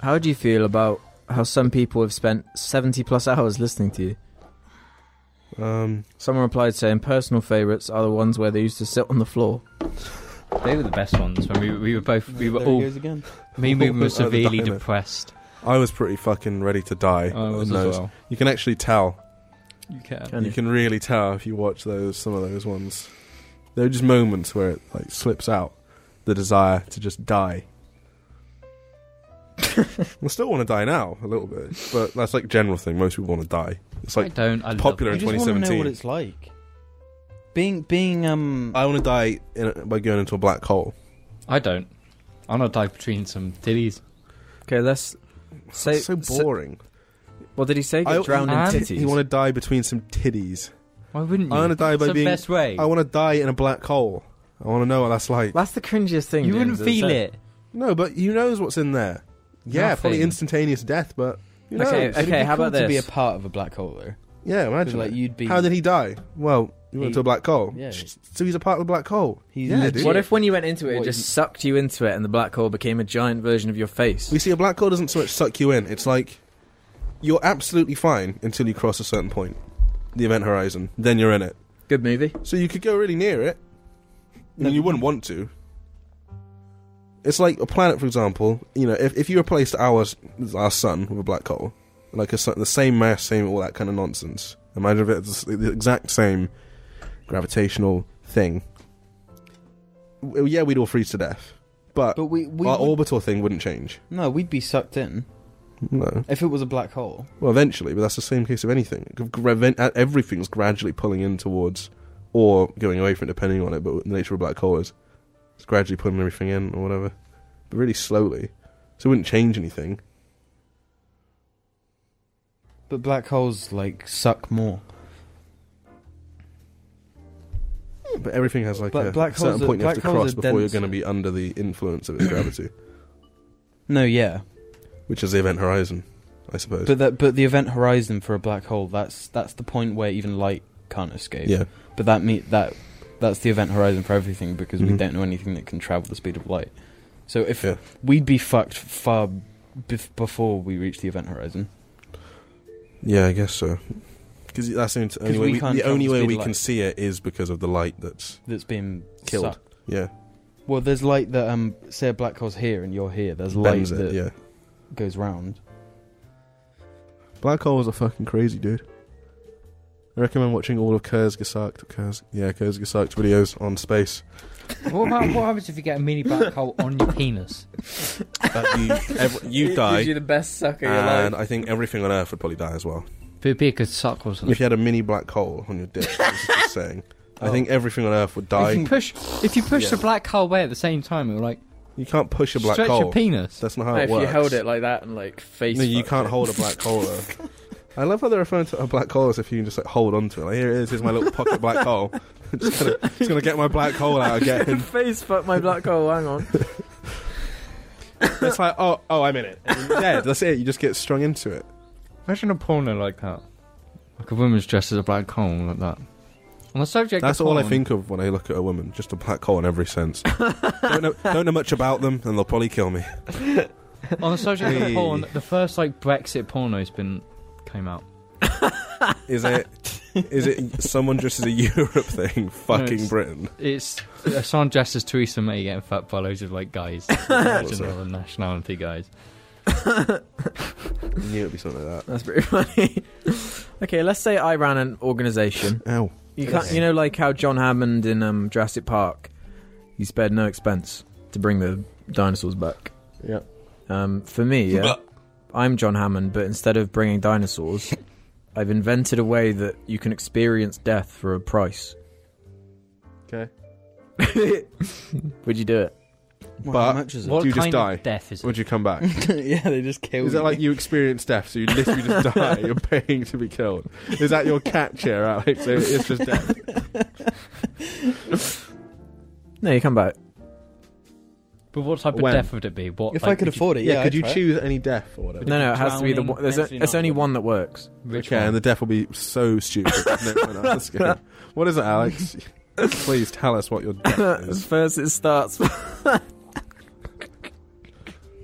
How do you feel about how some people have spent seventy plus hours listening to you? Um, Someone replied saying personal favourites are the ones where they used to sit on the floor. They were the best ones when we, we were both. We were there he all. goes again. Me *laughs* and we were At the severely diner. depressed. I was pretty fucking ready to die. I was in as those. well. You can actually tell. You can. Can You you? can really tell if you watch those some of those ones. There are just moments where it like slips out the desire to just die. I still want to die now a little bit, but that's like general thing. Most people want to die. It's I like don't. I popular Love You in it. just want to know 2017. what it's like. Being being um. I want to die in a, by going into a black hole. I don't. I'm gonna dive between some titties. *laughs* *laughs* Okay, let's. Say, It's so boring. what did he say? Get I- drowned in and- titties. You want to die between some titties. Why wouldn't you? I want to die by It's being. the best way. I want to die in a black hole. I want to know what that's like. That's the cringiest thing. you James, wouldn't that feel said. it. No, but you knows what's in there. Yeah, probably Nothing. instantaneous death, but you know. Okay, It'd be okay. How cool about to be a this? part of a black hole though? Yeah, 'Cause, imagine. Like it. you'd be. How did he die? Well, he went He- to a black hole. yeah. Sh- So he's a part of the black hole. He's yeah, legit- dude. What if when you went into it, it What, just you- sucked you into it, and the black hole became a giant version of your face? We see a black hole doesn't so much suck you in. It's like you're absolutely fine until you cross a certain point, the event horizon. Then you're in it. Good movie. So you could go really near it. I mean, you wouldn't want to. it's like a planet, for example. You know, if, if you replaced our s- our sun with a black hole, like a sun, the same mass, same all that kind of nonsense. Imagine if it's the exact same gravitational thing. Well, Yeah, we'd all freeze to death, but, But we, we our would- orbital thing wouldn't change. no, we'd be sucked in No, if it was a black hole. well, eventually, but that's the same case of anything. G- graven- uh, Everything's gradually pulling in towards or going away from it, depending on it. But the nature of a black hole is it's gradually pulling everything in or whatever, but really slowly. So it wouldn't change anything. But black holes like suck more. But everything has like But a black certain holes are- point you have to black holes cross are before you're dense. going to be under the influence of its gravity, No, yeah, which is the event horizon, I suppose. but that but the event horizon for a black hole that's that's the point where even light can't escape. yeah, But that me that that's the event horizon for everything because we Mhm. don't know anything that can travel the speed of light. So if Yeah. we'd be fucked far bef- before we reach the event horizon. yeah, I guess so. Because that's the only- only we way we, can't the travel only the way speed we of light. can see it is because of the light that's that's been Killed. sucked. yeah Well, there's light that um, say a black hole's here and you're here. There's light bends that it. Yeah, goes round. black holes are fucking crazy, dude. I recommend watching all of Kurz Gesagt, Kurz, yeah, Kurz Gesagt videos on space. *laughs* What, about, what happens if you get a mini black hole on your penis? *laughs* That you, ev- you Gives die, you the best sucker you're and I think everything on Earth would probably die as well. It'd be a good suck or something. If you had a mini black hole on your dick, this is just saying. I think everything on Earth would die. If you push, if you push the black hole away at the same time, it'll like You can't push a black stretch hole. your penis. That's not how No, it if works. you held it like that and like face. no, you fucked can't it. hold a black hole. *laughs* Though. I love how they're referring to a black hole as if you can just like hold onto it. Like here it is, here's my little pocket black hole. *laughs* just, gonna, *laughs* just gonna get my black hole out again. face fuck my black hole. Hang on. it's like oh oh I'm in *laughs* it. And you're dead. That's it. You just get strung into it. Imagine a porno like that, like a woman's dressed as a black hole like that. On the subject, That's of all I porn- think of when I look at a woman. Just a black hole in every sense. don't know don't know much about them, and they'll probably kill me. On the subject Hey. of porn, the first like Brexit porno's been came out. Is *laughs* it? Is it someone just as a Europe thing? *laughs* Fucking it's- Britain. It's uh, someone dressed as Theresa May getting fucked by loads of like *laughs* guys, original and nationality guys. knew it'd be something like That's pretty funny. *laughs* okay, let's say I ran an organization. that. Ow. You can't, you know, like how John Hammond in um, Jurassic Park, he spared no expense to bring the dinosaurs back. Yeah. Um, for me, yeah, I'm John Hammond, but instead of bringing dinosaurs, I've invented a way that you can experience death for a price. Okay. *laughs* Would you do it? Well, But- how much is it? What you just kind die? of death is it? Would you come back? *laughs* yeah, they just *laughs* kill. Is that like you experience death, so you literally just *laughs* die? You're paying to be killed. Is that your cat chair, Alex? So It's just *laughs* death. No, you come back. But what type of When? death would it be? What If like, I could would you- afford it, yeah. could I'd you try it. choose any death or whatever? No, no, it has to be the Drowning, one. There's, mentally o- it's not only good. one that *laughs* works. Which Okay, and one? the death will be so *laughs* stupid. no one asking. What is it, *laughs* Alex? Please tell us what your death is. First, it starts. *laughs*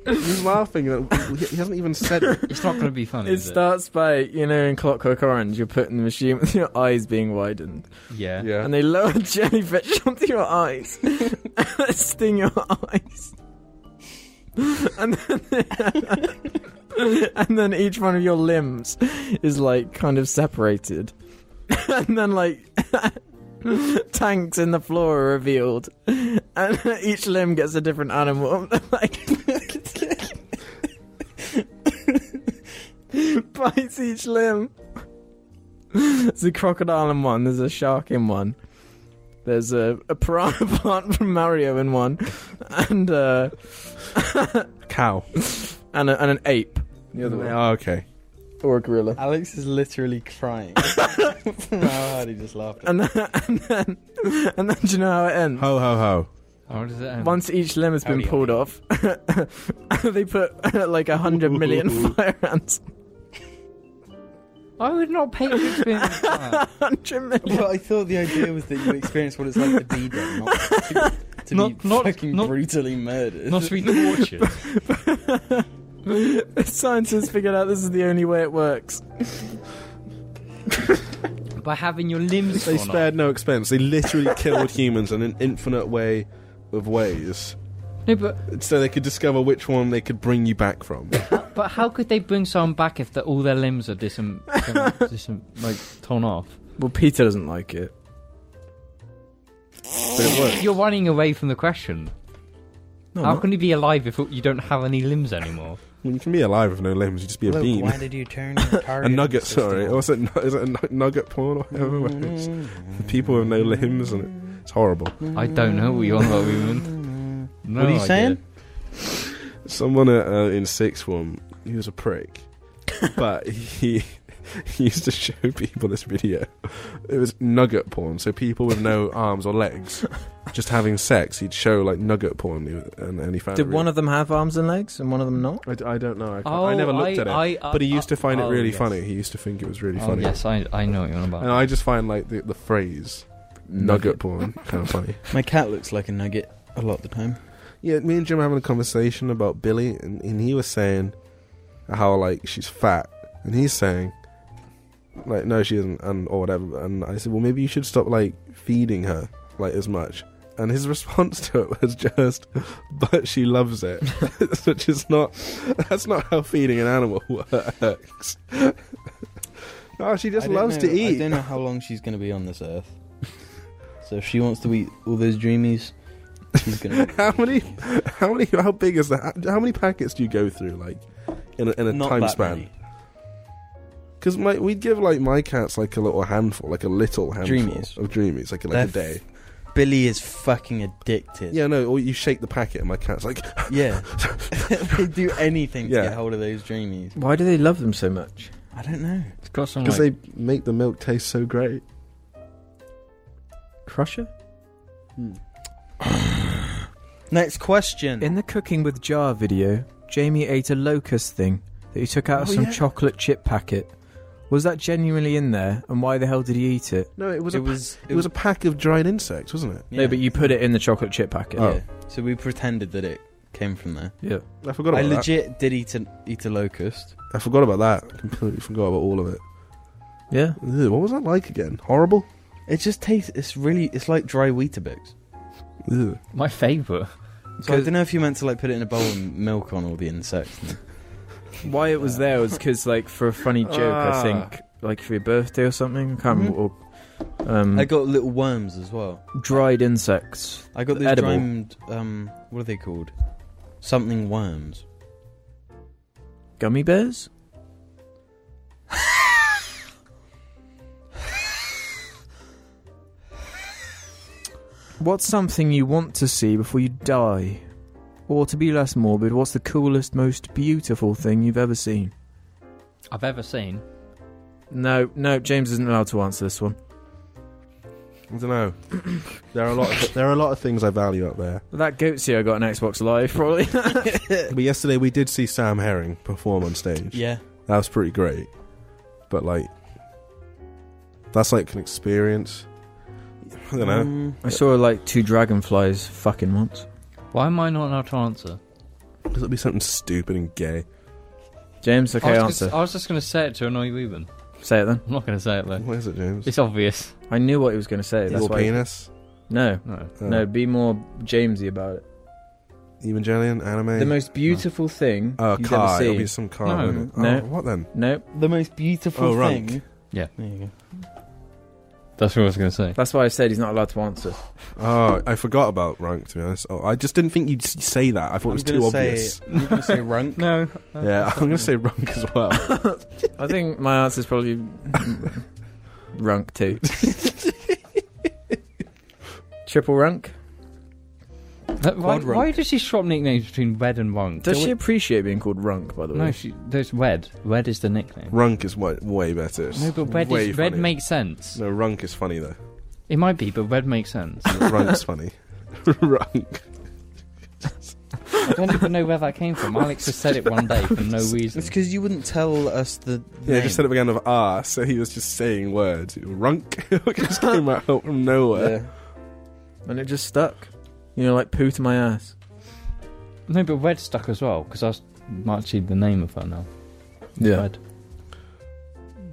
He's laughing. at- He hasn't even said it. It's not going to be funny. It is starts by you know in Clockwork Orange, you're put in the machine *laughs* with your eyes being widened. Yeah. *laughs* Yeah. and they lower jellyfish *laughs* onto your eyes, and sting your eyes, *laughs* and then, *laughs* and then each one of your limbs is like kind of separated, *laughs* and then like *laughs* tanks in the floor are revealed, *laughs* and each limb gets a different animal. *laughs* like bites each limb. There's a crocodile in one. There's a shark in one. There's a, a piranha *laughs* plant from Mario in one, and uh, *laughs* Cow. and, a, and an ape The other way. Oh, okay. or a gorilla. Alex is literally *laughs* crying. *laughs* From how hard he just laughed. At. And then, *laughs* and then and then do you know how it ends? Ho ho ho. How does it end? Once each limb has been Howdy, pulled off, *laughs* they put *laughs* like a hundred million fire ants. *laughs* I would not pay to *laughs* experience that. Hundred million. Well, I thought the idea was that you experience what it's like to *laughs* be dead, not to, to Not- be not- fucking not- brutally murdered. Not to be tortured. *laughs* Scientists figured out this is the only way it works. By having your limbs They torn off. spared no expense. They literally killed humans in an infinite way of ways No, but so they could discover which one they could bring you back from. but how could they bring someone back if the, all their limbs are *laughs* disem, disem, disem- like torn off? Well, Peter doesn't like it. But it worked. You're running away from the question. No, how not- can you be alive if you don't have any limbs anymore? Well, you can be alive with no limbs. You just be a Luke, bean, why did you *laughs* turn your a target nugget. system Sorry, off? or is it, is it a nu- nugget porn or whatever? where it's people with no limbs and it, it's horrible. I don't know what *laughs* you're on about, women. No Mm. What are you idea. saying? Someone uh, uh, in sixth form, he was *laughs* a prick, but he, he used to show people this video. It was nugget porn, so people *laughs* with no arms or legs just having sex. He'd show like nugget porn, and, and he found. Did one of them have arms and legs and one of them not? I, d- I don't know. I, can't- Oh, I never looked at it, I- I- but he used to find oh, it really yes. funny. He used to think it was really Oh funny. yes, I I know what you're on about. And I just find like the, the phrase nugget porn kind of funny. My cat looks like a nugget a lot of the time. Yeah, me and Jim were having a conversation about Billy, and, and he was saying how like she's fat, and he's saying like no, she isn't, and or whatever. And I said, well, maybe you should stop like feeding her like as much. And his *laughs* response to it was just, "But she loves it," *laughs* which is not. That's not how feeding an animal *laughs* works. *laughs* no, she just I don't loves know- to eat. I don't know how long she's going to be on this earth. So if she wants to eat all those dreamies, she's going to. *laughs* *laughs* How many? How many? How big is that? How many packets do you go through, like, in a, in a Not time that span? many. Because my we'd give like my cats like a little handful, like a little handful Dreamies. of dreamies, like like They're a day. Billy is fucking addicted. Yeah, no. Or you shake the packet, and my cat's like, *laughs* Yeah. *laughs* they do anything Yeah. to get hold of those dreamies. Why do they love them so much? I don't know. it's got some because like, they make the milk taste so great. Crusher? Hmm. Next question. In the Cooking with Jar video, Jamie ate a locust thing that he took out of Oh, some yeah. chocolate chip packet. Was that genuinely in there, and why the hell did he eat it? No, it was it a was. it was a pack of dried insects, wasn't it? No, but you put it in the chocolate chip packet. Oh. Yeah. So we pretended that it came from there. Yeah. I forgot I about that. legit did eat a, eat a locust. I forgot about that. Completely forgot about all of it. Yeah. Ew, what was that like again? Horrible. It just tastes. It's really. It's like dry Weetabix. Ew. my favourite. So I don't know if you meant to like put it in a bowl and milk on all the insects. and- Why it was there was because, like, for *laughs* a funny joke, I Ah. Mm-hmm. think, like for your birthday or something. I can't Mhm. remember. Or, um, Mm. I got little worms as well. dried insects. I got those Edible. drimed. Um, what are they called? Something worms. Gummy bears? What's something you want to see before you die? Or to be less morbid, what's the coolest, most beautiful thing you've ever seen? I've ever seen. No, no, James isn't allowed to answer this one. I don't know. there are a lot. Of, there are a lot of things I value up there. That goatsy I got an Xbox Live, *laughs* probably. Uh, But yesterday we did see Sam Herring perform on stage. Yeah. That was pretty great. But like, that's like an experience. I don't know. Mm. Um, I saw like two dragonflies fucking once. Why am I not allowed to answer? Because it'll be something stupid and gay. James, okay, I was answer. Just, I was just going to say it to annoy you, even. Say it then. I'm not going to say it though. What is it, James? It's obvious. I knew what he was going to say. That's Your why. penis? No, No. Uh, no, be more Jamesy about it. Evangelion anime. The most beautiful thing uh, you've car. ever It'll seen. be some car. No, won't it? no. Oh, what then? No, the most beautiful Oh, rank. thing. Yeah. There you go. That's what I was going to say. that's why I said he's not allowed to answer. Oh, I forgot about rank. To be honest, oh, I just didn't think you'd s- say that. I thought it was too *laughs* obvious. You're gonna *laughs* say rank. No. Uh, Yeah, I'm *laughs* gonna say rank as well. I think my answer's probably *laughs* *laughs* rank two. Triple rank? That, why, Quad runk. why does she swap nicknames between Red and Wrong? Does she appreciate being called rank, by the way? No, she, there's Red. Red is the nickname. rank is way, way better. It's No, but Red, way is, Red funnier. makes sense. No, rank is funny *laughs* though. It might be, but Red makes sense. Rank's funny. *laughs* rank. I don't even know where that came from. Alex just said it one day for no reason. It's because you wouldn't tell us the. Yeah, name. he just said it began with R, so he was just saying words. Runk *laughs* It just came out from nowhere. *laughs* And it just stuck. You know, like poo to my ass. No, but Red stuck as well because I was actually the name of her now. Red.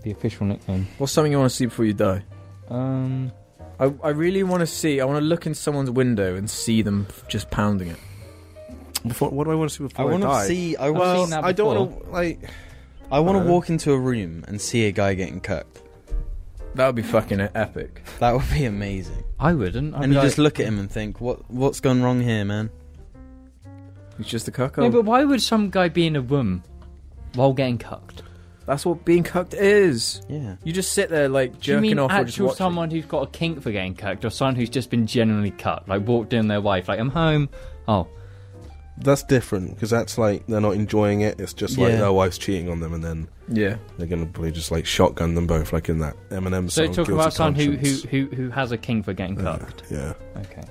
The official nickname. What's something you want to see before you die? Um, I, I really want to see, I want to look in someone's window and see them f- just pounding it. Before, what do I want to see before I want to die? see. I I've want. seen that I don't before. want to like. I want to Uh, walk into a room and see a guy getting cooked. That would be fucking e, epic. That would be amazing. I wouldn't. I'd be and you like, just look at him and think, what what's gone wrong here, man? He's just a no, cuckold. but why would some guy be in a room while getting cucked? That's what being cucked is. Yeah. You just sit there like Do you jerking mean off or just actual watching. someone who's got a kink for getting cucked, or someone who's just been generally cut, like walked in their wife, like I'm home. Oh, That's different because that's like they're not enjoying it. It's just like Yeah. their wife's cheating on them, and then Yeah. they're gonna probably just like shotgun them both, like in that Eminem so song. you're talking Guilty about someone who, who Conscience. who who has a kink for getting cucked. Yeah. Okay.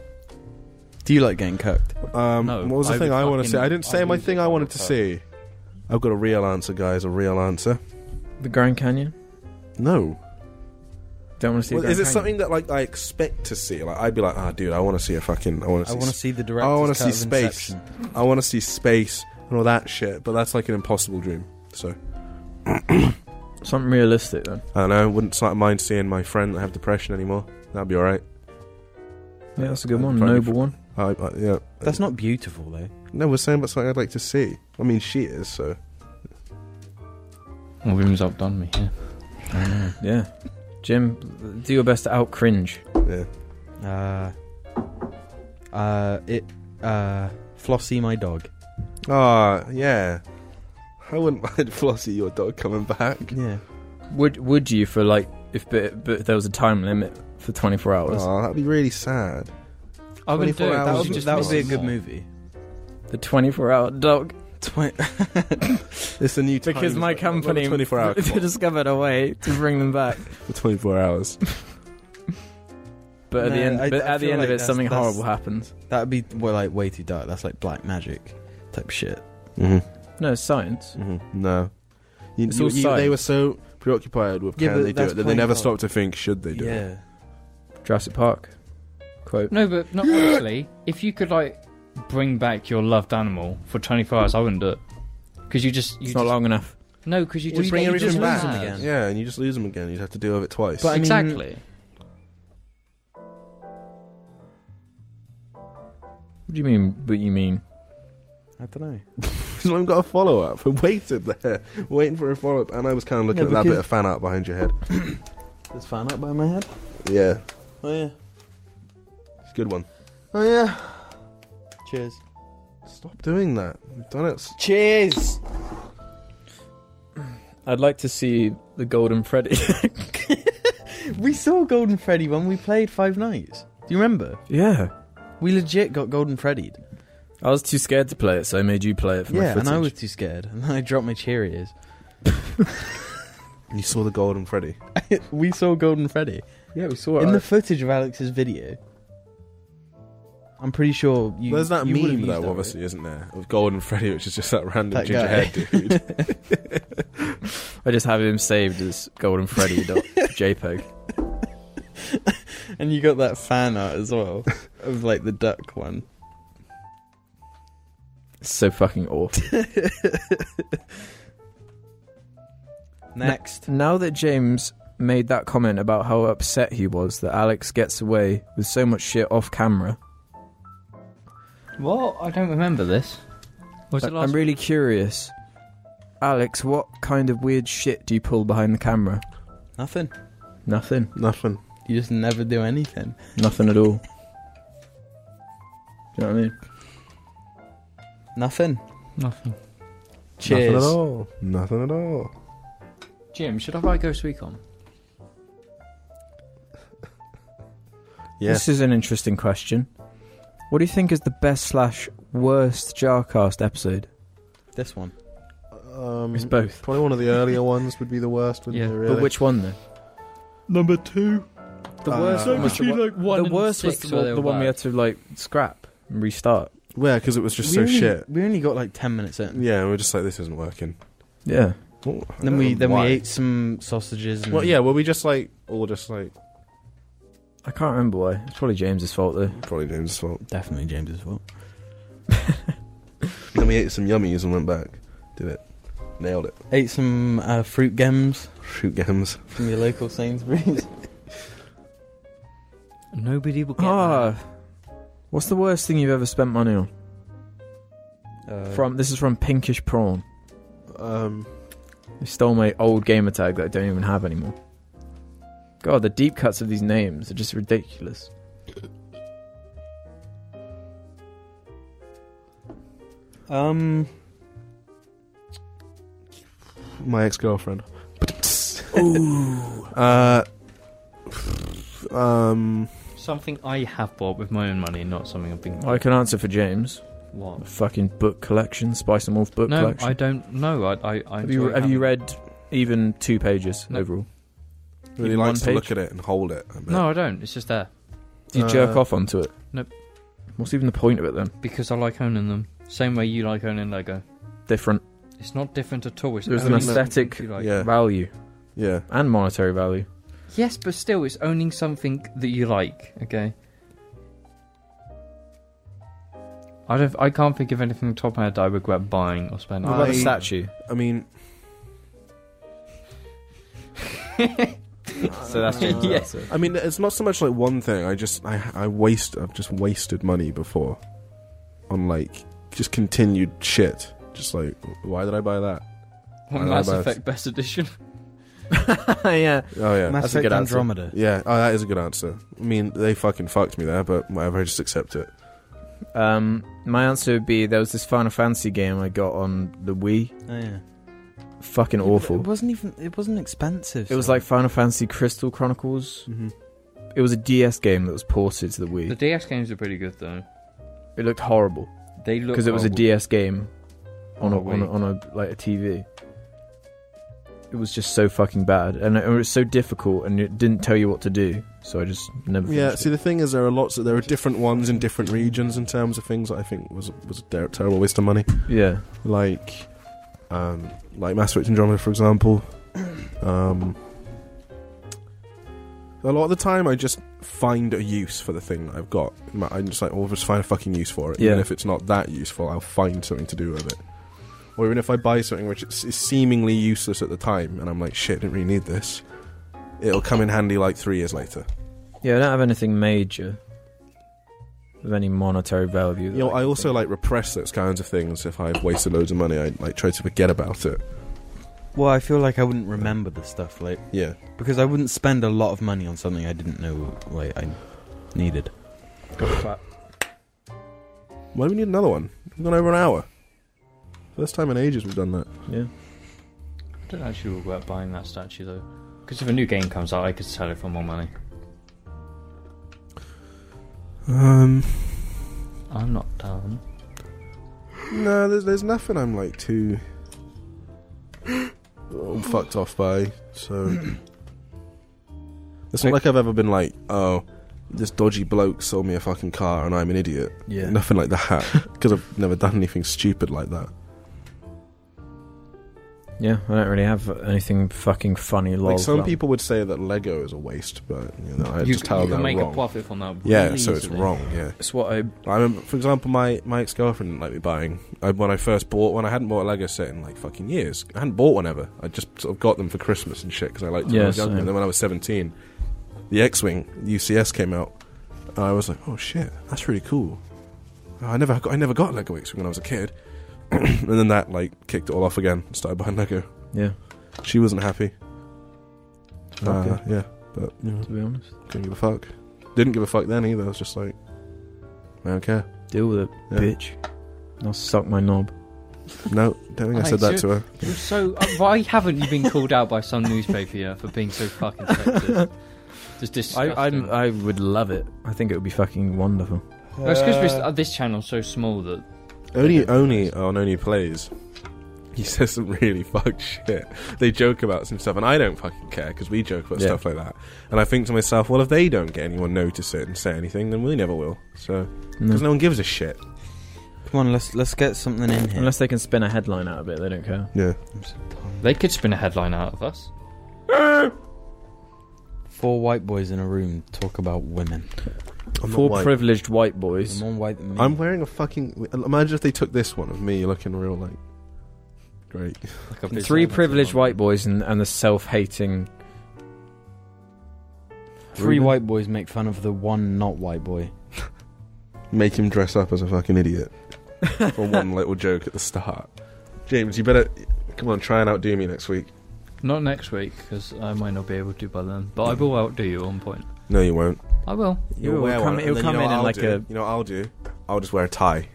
Do you like getting cooked? Um, No, what was the I thing would I want to fucking- say? I didn't say I my would thing I wanted to fuck. see. I've got a real answer, guys. A real answer. The Grand Canyon. No. Don't want to see. Well, the is it Grand something that like I expect to see? Like I'd be like, ah, dude, I want to see a fucking, Oh, I want I to want to see, see the director. wanna see space. I want to see space and all that shit. But that's like an impossible dream. So Canyon. Something realistic then. I don't know. Wouldn't sort of mind seeing my friend that have depression anymore. That'd be all right. Yeah, that's a good I'd one. probably- Noble one. I, I, yeah. That's not beautiful though. No, we're saying about something I'd like to see. I mean, she is. So Well, Wim's outdone me. Yeah. Yeah. Jim, do your best to out cringe. yeah. Uh, uh, it, uh, Flossie, my dog. Ah, yeah. I wouldn't *laughs* mind Flossie, your dog, coming back. Yeah. Would Would you for like if but, but there was a time limit for 24 hours? Oh, that'd be really sad. I wouldn't 24 do it. hours That was would, be, just that would be a nice. good movie. The 24 hour dog. Twi- *laughs* It's the new time. Because my company twenty four *laughs* hours. discovered a way to bring them back. Twenty four *laughs* hours. But at the No, end, I- but I at the feel end like of it, that's- something that's- horrible happens. that would be well, like way too dark. That's like black magic type shit. Mm-hmm. No, it's science. Mm-hmm. No, you, It's you- all you- science. they were so preoccupied with Yeah, can but they do that's it that they playing never God. stopped to think should they do it. yeah. Jurassic Park. Quote. No, but not honestly. If you could like bring back your loved animal for 24 hours, I wouldn't do it. Because you just you It's just, not long enough. no, because you Well, just you bring you everything just back. lose it again. Yeah, and you just lose them again. You'd have to deal with it twice. *laughs* But I mean- exactly. What do you mean? What you mean? I don't know. Because I've got a follow up. I *laughs* waited there, waiting for a follow up, and I was kind of looking Yeah, at that because- bit of fan art behind your head. There's fan art by my head. Yeah, Oh yeah. it's a good one. Oh yeah. Cheers. Stop doing that. We've done it. Cheers. I'd like to see the Golden Freddy. *laughs* We saw Golden Freddy when we played Five Nights. Do you remember? yeah. We legit got Golden Freddied. I was too scared to play it, so I made you play it for my Yeah, footage. and I was too scared, *laughs* and I dropped my Cheerios. You saw the golden Freddy. we saw Golden Freddy Yeah, we saw it. in the footage of Alex's video. I'm pretty sure you. There's that you would've meme used though, that, obviously, isn't there? Of golden Freddy, which is just that random That ginger guy. head *laughs* dude. *laughs* I just have him saved as Golden Freddy dot *laughs* JPEG. right? And you got that fan art *laughs* as well of like the duck one. It's so fucking awful. Next, *laughs* Now that James made that comment about how upset he was that Alex gets away with so much shit off camera, What? I don't remember this. Was I- it last? I'm really curious. Alex, what kind of weird shit do you pull behind the camera? nothing. Nothing. Nothing. You just never do anything. Nothing at all. Do you know what I mean? Nothing. Nothing. Cheers. Nothing at all. Nothing at all. Jim, should I write Ghost Recon? Yeah. This is an interesting question. What do you think is the best slash worst Jarcast episode? This one. Um, It's both. Probably one of the earlier ones would be the worst. Wouldn't Yeah. it, really? But which one though? number two? The Uh, worst so one was the, between, one- like one the and worst was six the, where one- they the were one we bad. had to like scrap and restart. Yeah, because it was just We so only- shit. We only got like ten minutes in. Yeah, we were just like, this isn't working. Yeah. Well, I Then don't we know then why. we ate some sausages. And Well, yeah, were we just like all just like I can't remember why. It's probably James's fault though. probably James' fault? definitely James's fault. Then we ate some yummies and went back. Did it? Nailed it. Ate some uh, fruit gems Shoot games. from your local Sainsbury's. Nobody will get. Ah. What's the worst thing you've ever spent money on? *laughs* Uh, From this is from Pinkish Prawn. Um, They stole my old gamer tag that I don't even have anymore. God, the deep cuts of these names are just ridiculous. um. my ex girlfriend. *laughs* Ooh. uh, um, Something I have bought with my own money, not something I've been. I can answer for James. What? Fucking book collection, Spice and Wolf book no, collection. I don't know. I. I, I have you enjoy have you having- read even two pages No. overall? really Even likes one to page? look at it and hold it. a bit. No, I don't. It's just there Do you Uh, jerk off onto it? nope. What's even the point of it then? because I like owning them. Same way you like owning Lego. Different It's not different at all. It's There's an owning something aesthetic- you like. Yeah, value yeah. and monetary value. Yes, but still, it's owning something that you like. Okay. I don't. I can't think of anything on the top of my head that I regret buying or spending. What about I- the *laughs* statue? I mean, *laughs* So *laughs* that's James. Yeah. answer. I mean, it's not so much like one thing. I just, I, I waste, I've just wasted money before on like just continued shit. Just like, why did I buy that? One I Mass buy- Effect Best Edition. yeah. Oh yeah, Mass That's a Effect good answer. Andromeda. yeah. Oh, that is a good answer. I mean, they fucking fucked me there, but whatever. I just accept it. Um, my answer would be there was this Final Fantasy game I got on the Wii. Oh, yeah. Fucking It *laughs* awful. wasn't even. It wasn't expensive. It was like Final Fantasy Crystal Chronicles. Mm-hmm. It was a DS game that was ported to the The Wii. DS games are pretty good though. It looked horrible They look because it was a horrible. DS game on a, On a on a, on a like a TV. It was just so fucking bad, and it was so difficult, and it didn't tell you what to do. So I just never. Yeah. finished See, it. the thing is, there are lots. Of, there are different ones in different regions in terms of things that I think was was a ter- terrible waste of money. yeah. Like, um, like Mass Effect Andromeda, for example. Um, a lot of the time, I just find a use for the thing that I've got. Ma- I'm just like, oh, I'll just find a fucking use for it. Even Yeah. if it's not that useful, I'll find something to do with it. Or even if I buy something which is is seemingly useless at the time, and I'm like, shit, I didn't really need this. It'll come in handy like three years later. Yeah, I don't have anything major of any monetary value. that You know, I can also think like repress those kinds of things. If I've wasted loads of money, I like try to forget about it. Well, I feel like I wouldn't remember the stuff like Yeah, because I wouldn't spend a lot of money on something I didn't know like I needed. why do we need another one? We've gone over an hour. First time in ages we've done that. of. Yeah. I don't actually regret buying that statue though, because if a new game comes out, I could sell it for more money. Um, I'm not done. no, there's there's nothing I'm *gasps* like too oh, fucked off by. *clears throat* So it's not like I've ever been like, oh, this dodgy bloke sold me a fucking car and I'm an idiot. Yeah. Nothing like *laughs* that because I've never done anything stupid like that. Yeah, I don't really have anything fucking funny. Lol Like some from- people would say that Lego is a waste, but you know, I you just tell you can them make wrong. a profit from that. yeah, really so it's easily. wrong. Yeah, It's what I I remember, for example, my my ex girlfriend didn't like me buying I, when I first bought one. I hadn't bought a Lego set in like fucking years. I hadn't bought one ever. I just sort of got them for Christmas and shit because I liked them. when I was Yeah, younger. same. And then when I was seventeen, the X Wing UCS came out. And I was like, oh shit, that's really cool. I never got I never got a Lego X Wing when I was a kid, *clears throat* and then that like kicked it all off again. and Started buying Lego. yeah. She wasn't happy. Okay. Uh, yeah, but you know. To be honest, Couldn't give a fuck. Didn't give a fuck then either. I was just like, I don't care. deal with it, Yeah. bitch. And I'll suck my knob. No, don't think I I said that should- to her. You're so. uh, why haven't you been called out by some newspaper yet for being so fucking sexist? Just I disgusting. I'm, uh, I would love it. I think it would be fucking wonderful. No, it's 'cause this, uh, this channel's so small that Only, only on only plays. *laughs* He says some really *laughs* fucked shit. They joke about some stuff, and I don't fucking care because we joke about Yeah. stuff like that. And I think to myself, well, if they don't get anyone notice it and say anything, then we never will. So No. because no one gives a shit. Come on, let's let's get something in here. Unless they can spin a headline out of it, they don't care. Yeah. I'm so tired. they could spin a headline out of us. Four white boys in a room talk about women. I'm Four not white. privileged white They're boys. more white than me. I'm wearing a fucking. Imagine if they took this one of me looking real like. Great. Like a Three visual Three novel. privileged white boys and, and the self-hating. Three white boys make fun of the one not white boy. *laughs* Make him dress up as a fucking idiot. for one little joke at the start. James, you better come on, try and outdo me next week. Not next week, because I might not be able to by then. But I will outdo you at one point. No, you won't. I will. You'll will wear come- one, and it'll then come you know in what in I'll like do? a- You know what I'll do? I'll just wear a tie.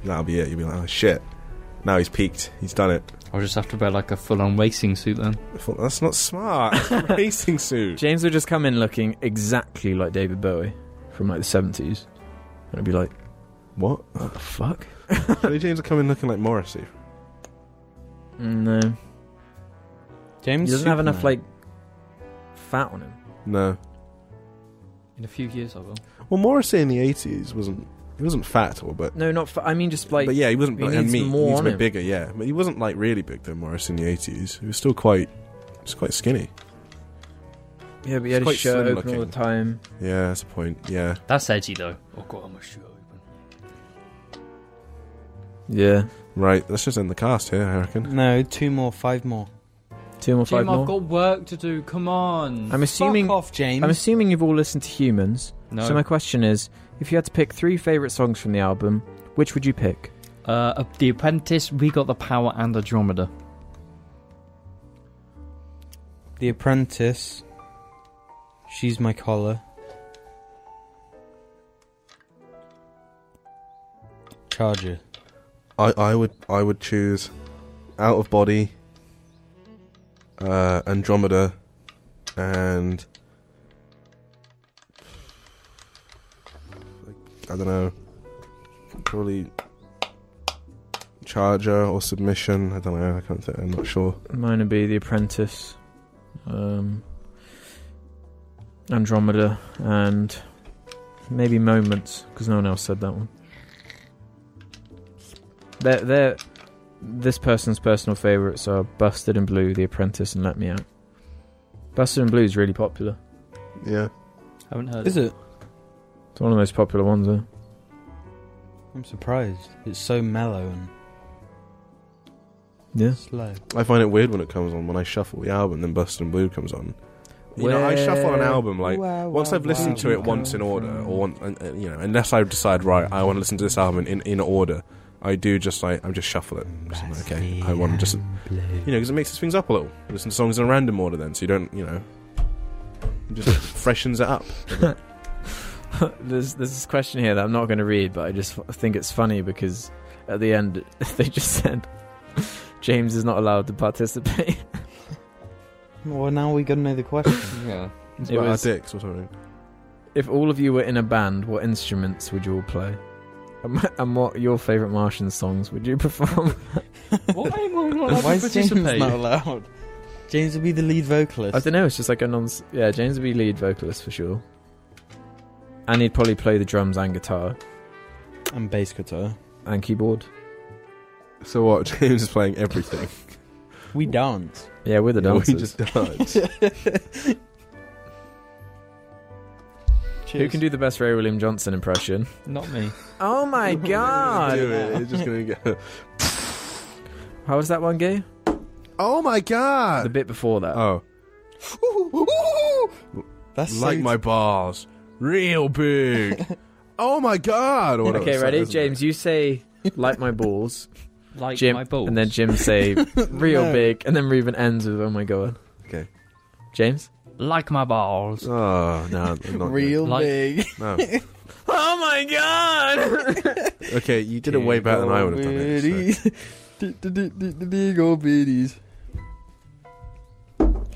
And That'll be it. You'll be like, oh shit. Now he's peaked. He's done it. I'll just have to wear like a full-on racing suit then. I thought, That's not smart. *laughs* It's a racing suit. James would just come in looking exactly like David Bowie from like the 70s. And I'd be like, What? what *laughs* the fuck? Mm, Billy James will come in looking like Morrissey. No. He James doesn't have enough, Superman. like, fat on him. No. In a few years, I will. Well, Morrissey in the eighties wasn't. He wasn't fat or but. No, not fat. I mean, just like. but yeah, he wasn't. he like, and needs meat. more he needs on to be him. bigger. Yeah, but he wasn't like really big though. Morrissey in the eighties, he was still quite. He's quite skinny. yeah, but he It's had quite his shirt slim open all looking. the time. Yeah, that's a point. Yeah, That's edgy though. Oh god, I'm a shoe open. Yeah. right. Let's just end the cast here. I reckon. No, two more, five more. Two more, five Jim, more. I've got work to do. Come on. I'm assuming. Fuck off, James. I'm assuming you've all listened to Humans. no. So my question is, if you had to pick three favorite songs from the album, which would you pick? uh, the Apprentice, we got the power and Andromeda. the Apprentice. She's my collar. Charger. I, I would I would choose, out of body. Uh, Andromeda, and. I don't know. Probably. Charger or submission. I don't know. I can't. Think, I'm not sure. Mine would be The Apprentice, um, Andromeda, and maybe Moments because no one else said that one. They're, they're, this person's personal favourites are Busted and Blue, The Apprentice, and Let Me Out. Busted and Blue is really popular. Yeah. Haven't heard. Is it? It's one of the most popular ones. Though. I'm surprised. It's so mellow and Yeah. slow. I find it weird when it comes on. When I shuffle the album, then Bustin' Blue comes on. You know, I shuffle an Where- album like once I've listened to it once in order, or one, and- and, you know, unless I decide right, I want to listen to this album in, in order. I do just like I just shuffle it. Just like, okay, I want to just you know because it mixes things up a little. Listen to songs in a random order then, so you don't you know. it Just freshens it up. *laughs* there's there's this question here that I'm not going to read, but I just f- think it's funny because at the end *laughs* they just said *laughs* James is not allowed to participate. *laughs* Well, now we gotta know the question. *laughs* Yeah. It's It about was- our dicks or something. if all of you were in a band, what instruments would you all play? *laughs* And wh- And what your favorite Martian songs would you *laughs* perform? *laughs* Why am I not *laughs* Why allowed to is James participate? not allowed? James will be the lead vocalist. I don't know. It's just like a non. Yeah, James would be lead vocalist for sure, and he'd probably play the drums and guitar and bass guitar. and keyboard. So what? *laughs* James is playing everything. *laughs* We dance. Yeah, we're the Yeah, dancers. we just *laughs* dance. Who can do the best Ray William Johnson impression? Not me. Oh *laughs* my god! do it. It's just gonna go. How was that one, Gay? Oh my The god! bit before that. *laughs* Oh. That's like so- my bars real big. oh my god! Or whatever Okay, it's ready? like, isn't James, you say like my balls, Like Jim, my balls. and then *laughs* Jim say real No. big, and then Reuben ends with oh my god. Okay. James. like my balls. it? Oh no, I'm not doing real Like- big. it. No. Oh my *laughs* god! Okay, you did it way better than I would have done it. so- Big old biddies.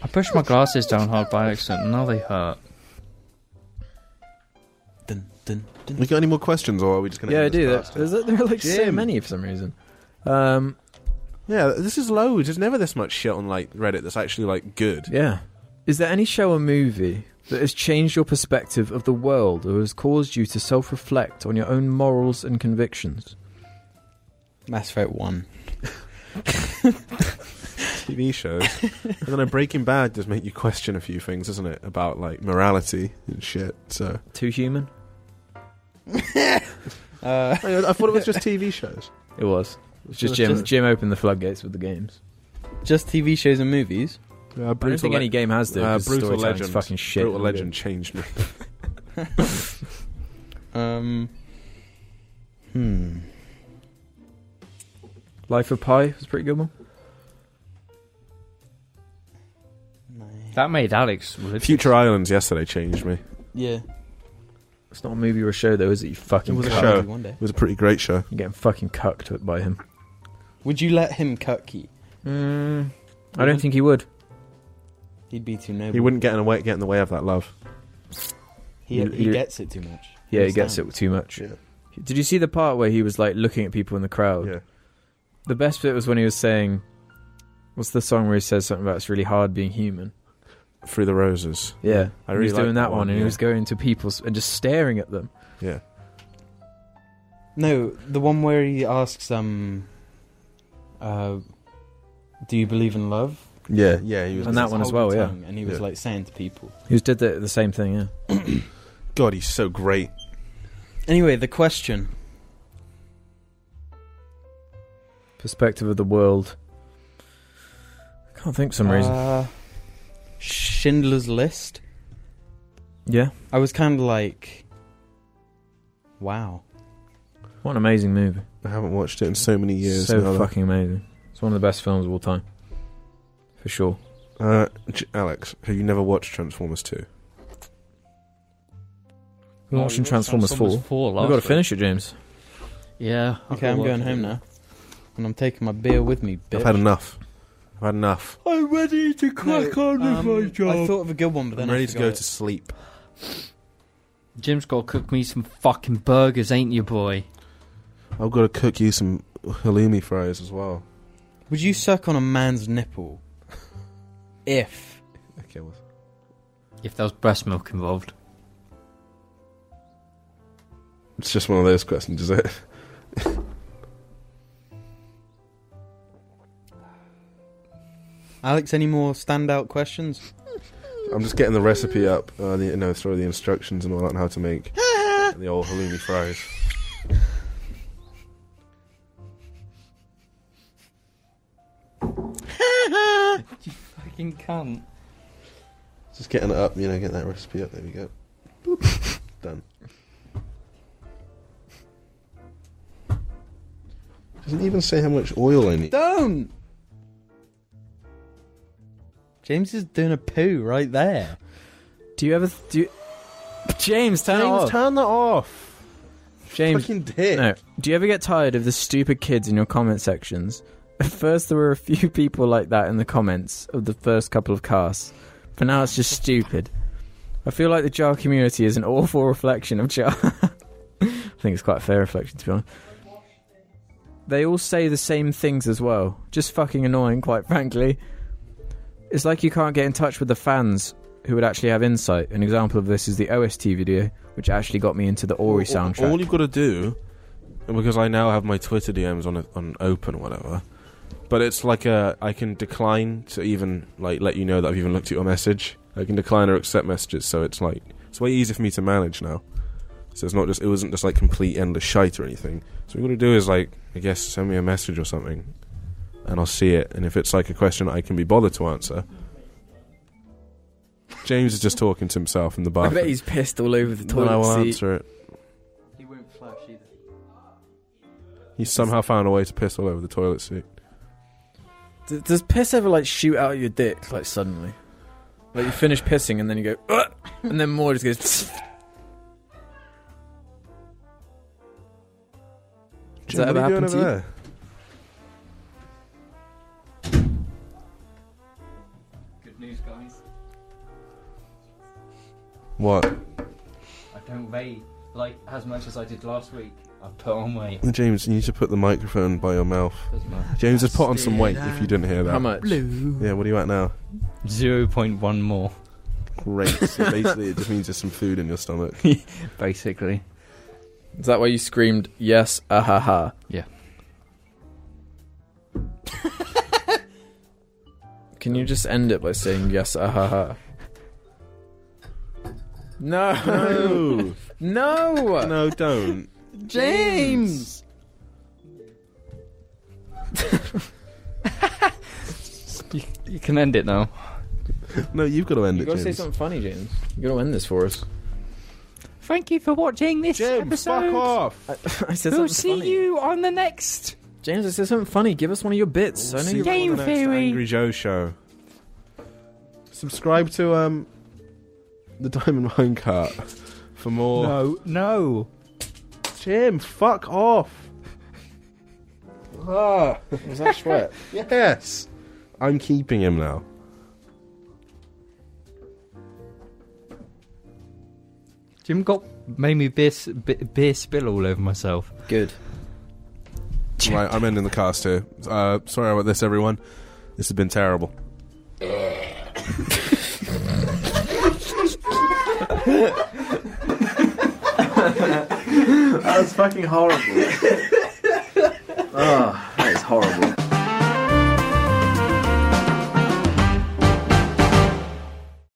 I pushed my glasses down hard by accident, and now they hurt. Dun, dun, dun. We got any more questions, or are we just gonna? yeah, I end this do. fast? There's, there are like so Jim. many for some reason. Um, Yeah, this is loads. There's never this much shit on like Reddit that's actually like good. yeah. Is there any show or movie that has changed your perspective of the world or has caused you to self reflect on your own morals and convictions? Mass Effect 1. *laughs* TV *laughs* shows, and then a Breaking Bad does make you question a few things, doesn't it? About like morality and shit. So Too human? Uh, I, I thought it was just TV shows. It was. It's just Just Jim. Jim. Jim opened the floodgates with the games. just TV shows and movies. Yeah, I don't think any game has to. uh, 'cause brutal storytelling's legend. fucking shit. Brutal Legend changed *laughs* me. Um, hmm. Life of Pi was a pretty good one. That made Alex religious. Future Islands yesterday changed me. It Yeah. It's not a movie or a show though, is it? You fucking was a cuck. show. One day. was a pretty great show. You're getting fucking cucked by him. Would you let him cuck you? Mm, I don't think he would. He'd be too noble. He wouldn't get in the way get in the way of that love. He, You- he you- gets it too much. Yeah, he Understand? gets it too much. Yeah. Did you see the part where he was like looking at people in the crowd? Yeah. The best bit was when he was saying, "What's the song where he says something about it's really hard being human?" Through the roses. Yeah, I he really was like doing that that one, one, and yeah. he was going to people s- and just staring at them. Yeah. No, the one where he asks, um, uh, do you believe in love? Yeah. Yeah. He was. And that one as holding well, yeah. tongue, And he was Yeah. like saying to people. He was did the, the same thing. Yeah, God, he's so great. Anyway, the question. perspective of the world. I can't think for some reason. Uh, Schindler's List. Yeah, I was kind of like, wow. what an amazing movie. I haven't watched it in so many years. so now, though. fucking amazing. It's one of the best films of all time, for sure. Uh, J- Alex, have you never watched Transformers Two? We're watching Transformers, 4. We've last got to week. finish it, James. Yeah. I've Okay, I'm got going to home do. now. And I'm taking my beer with me, bitch. I've had enough. I've had enough. I'm ready to crack on with my I thought of a good one, but then I'm I ready to forgot go it. to sleep. Jim's got to cook me some fucking burgers, ain't you, boy? I've got to cook you some halloumi fries as well. Would you suck on a man's nipple? If Okay. Well, If there was breast milk involved. it's just one of those questions, is it? Alex, any more standout questions? I'm just getting the recipe up. Uh, the, no, sorry, the instructions and all that on how to *laughs* make the old halloumi fries. Fucking cunt. Just getting it up, you know, get that recipe up. There we go. *laughs* Done. Doesn't even say how much oil I need. Don't. James is doing a poo right there. Do you ever do? You... *laughs* James, turn it off. turn that off. James, Fucking dick. no. Do you ever get tired of the stupid kids in your comment sections? *laughs* At first, there were a few *laughs* people like that in the comments of the first couple of casts, but now it's just stupid. I feel like the Jar community is an *laughs* awful reflection of Jar. *laughs* I think it's quite a fair reflection, to be honest. They all say the same things as well. Just fucking annoying, quite *laughs* frankly. It's like you can't get in touch with the fans who would actually have insight. An example of this is the OST video, which actually got me into the Ori All- all- soundtrack. All you've got to do, because I now have my Twitter DMs on on open or whatever, but it's like a I can decline to even like let you know that I've even looked at your message. I can decline or accept messages, so it's like it's way easier for me to manage now. So it's not just it wasn't just like complete endless shite or anything. So what you got to do is like I guess send me a message or something, and I'll see it. And if it's like a question I can be bothered to answer. James is just talking to himself in the I bathroom. bet he's pissed all over the then I will toilet seat. answer it. He won't flash either. He somehow found a way to piss all over the toilet seat. D- does piss ever like shoot out of your dick like suddenly? Like you finish pissing and then you go, "Ugh," and then more just goes. Does that Jim, ever what are you doing happen to you? over there? Good news, guys. What? I don't weigh like as much as I did last week. I've put on weight. James, you need to put the microphone by your mouth. Doesn't matter. James has put on some weight if you didn't hear that. How much? Blue. Yeah, what are you at now? Zero point one more, Great. *laughs* So basically, it just means there's some food in your stomach. basically. Is that why you screamed? Yes, ah ha ha. Yeah. *laughs* Can you just end it by saying yes, ah ha ha? No, No! no, *laughs* no, don't. James. *laughs* You can end it now. No, you've got to end You it, gotta James. say something funny, James. You gotta end this for us. Thank you for watching this James, fuck off! *laughs* I said We'll see you on the next James, I said something funny. Give us one of your bits. I know See you. you on Game the next theory. Angry Joe show. Subscribe to um, the Diamond Minecart for more. No, no. Jim, fuck off. Ah, Was *laughs* that Shrek? yes. I'm keeping him now. Jim got made me beer, s- b- beer spill all over myself. Good. Right, I'm ending the cast here. Uh, sorry about this, everyone. This has been terrible. That was fucking horrible. oh, that is horrible.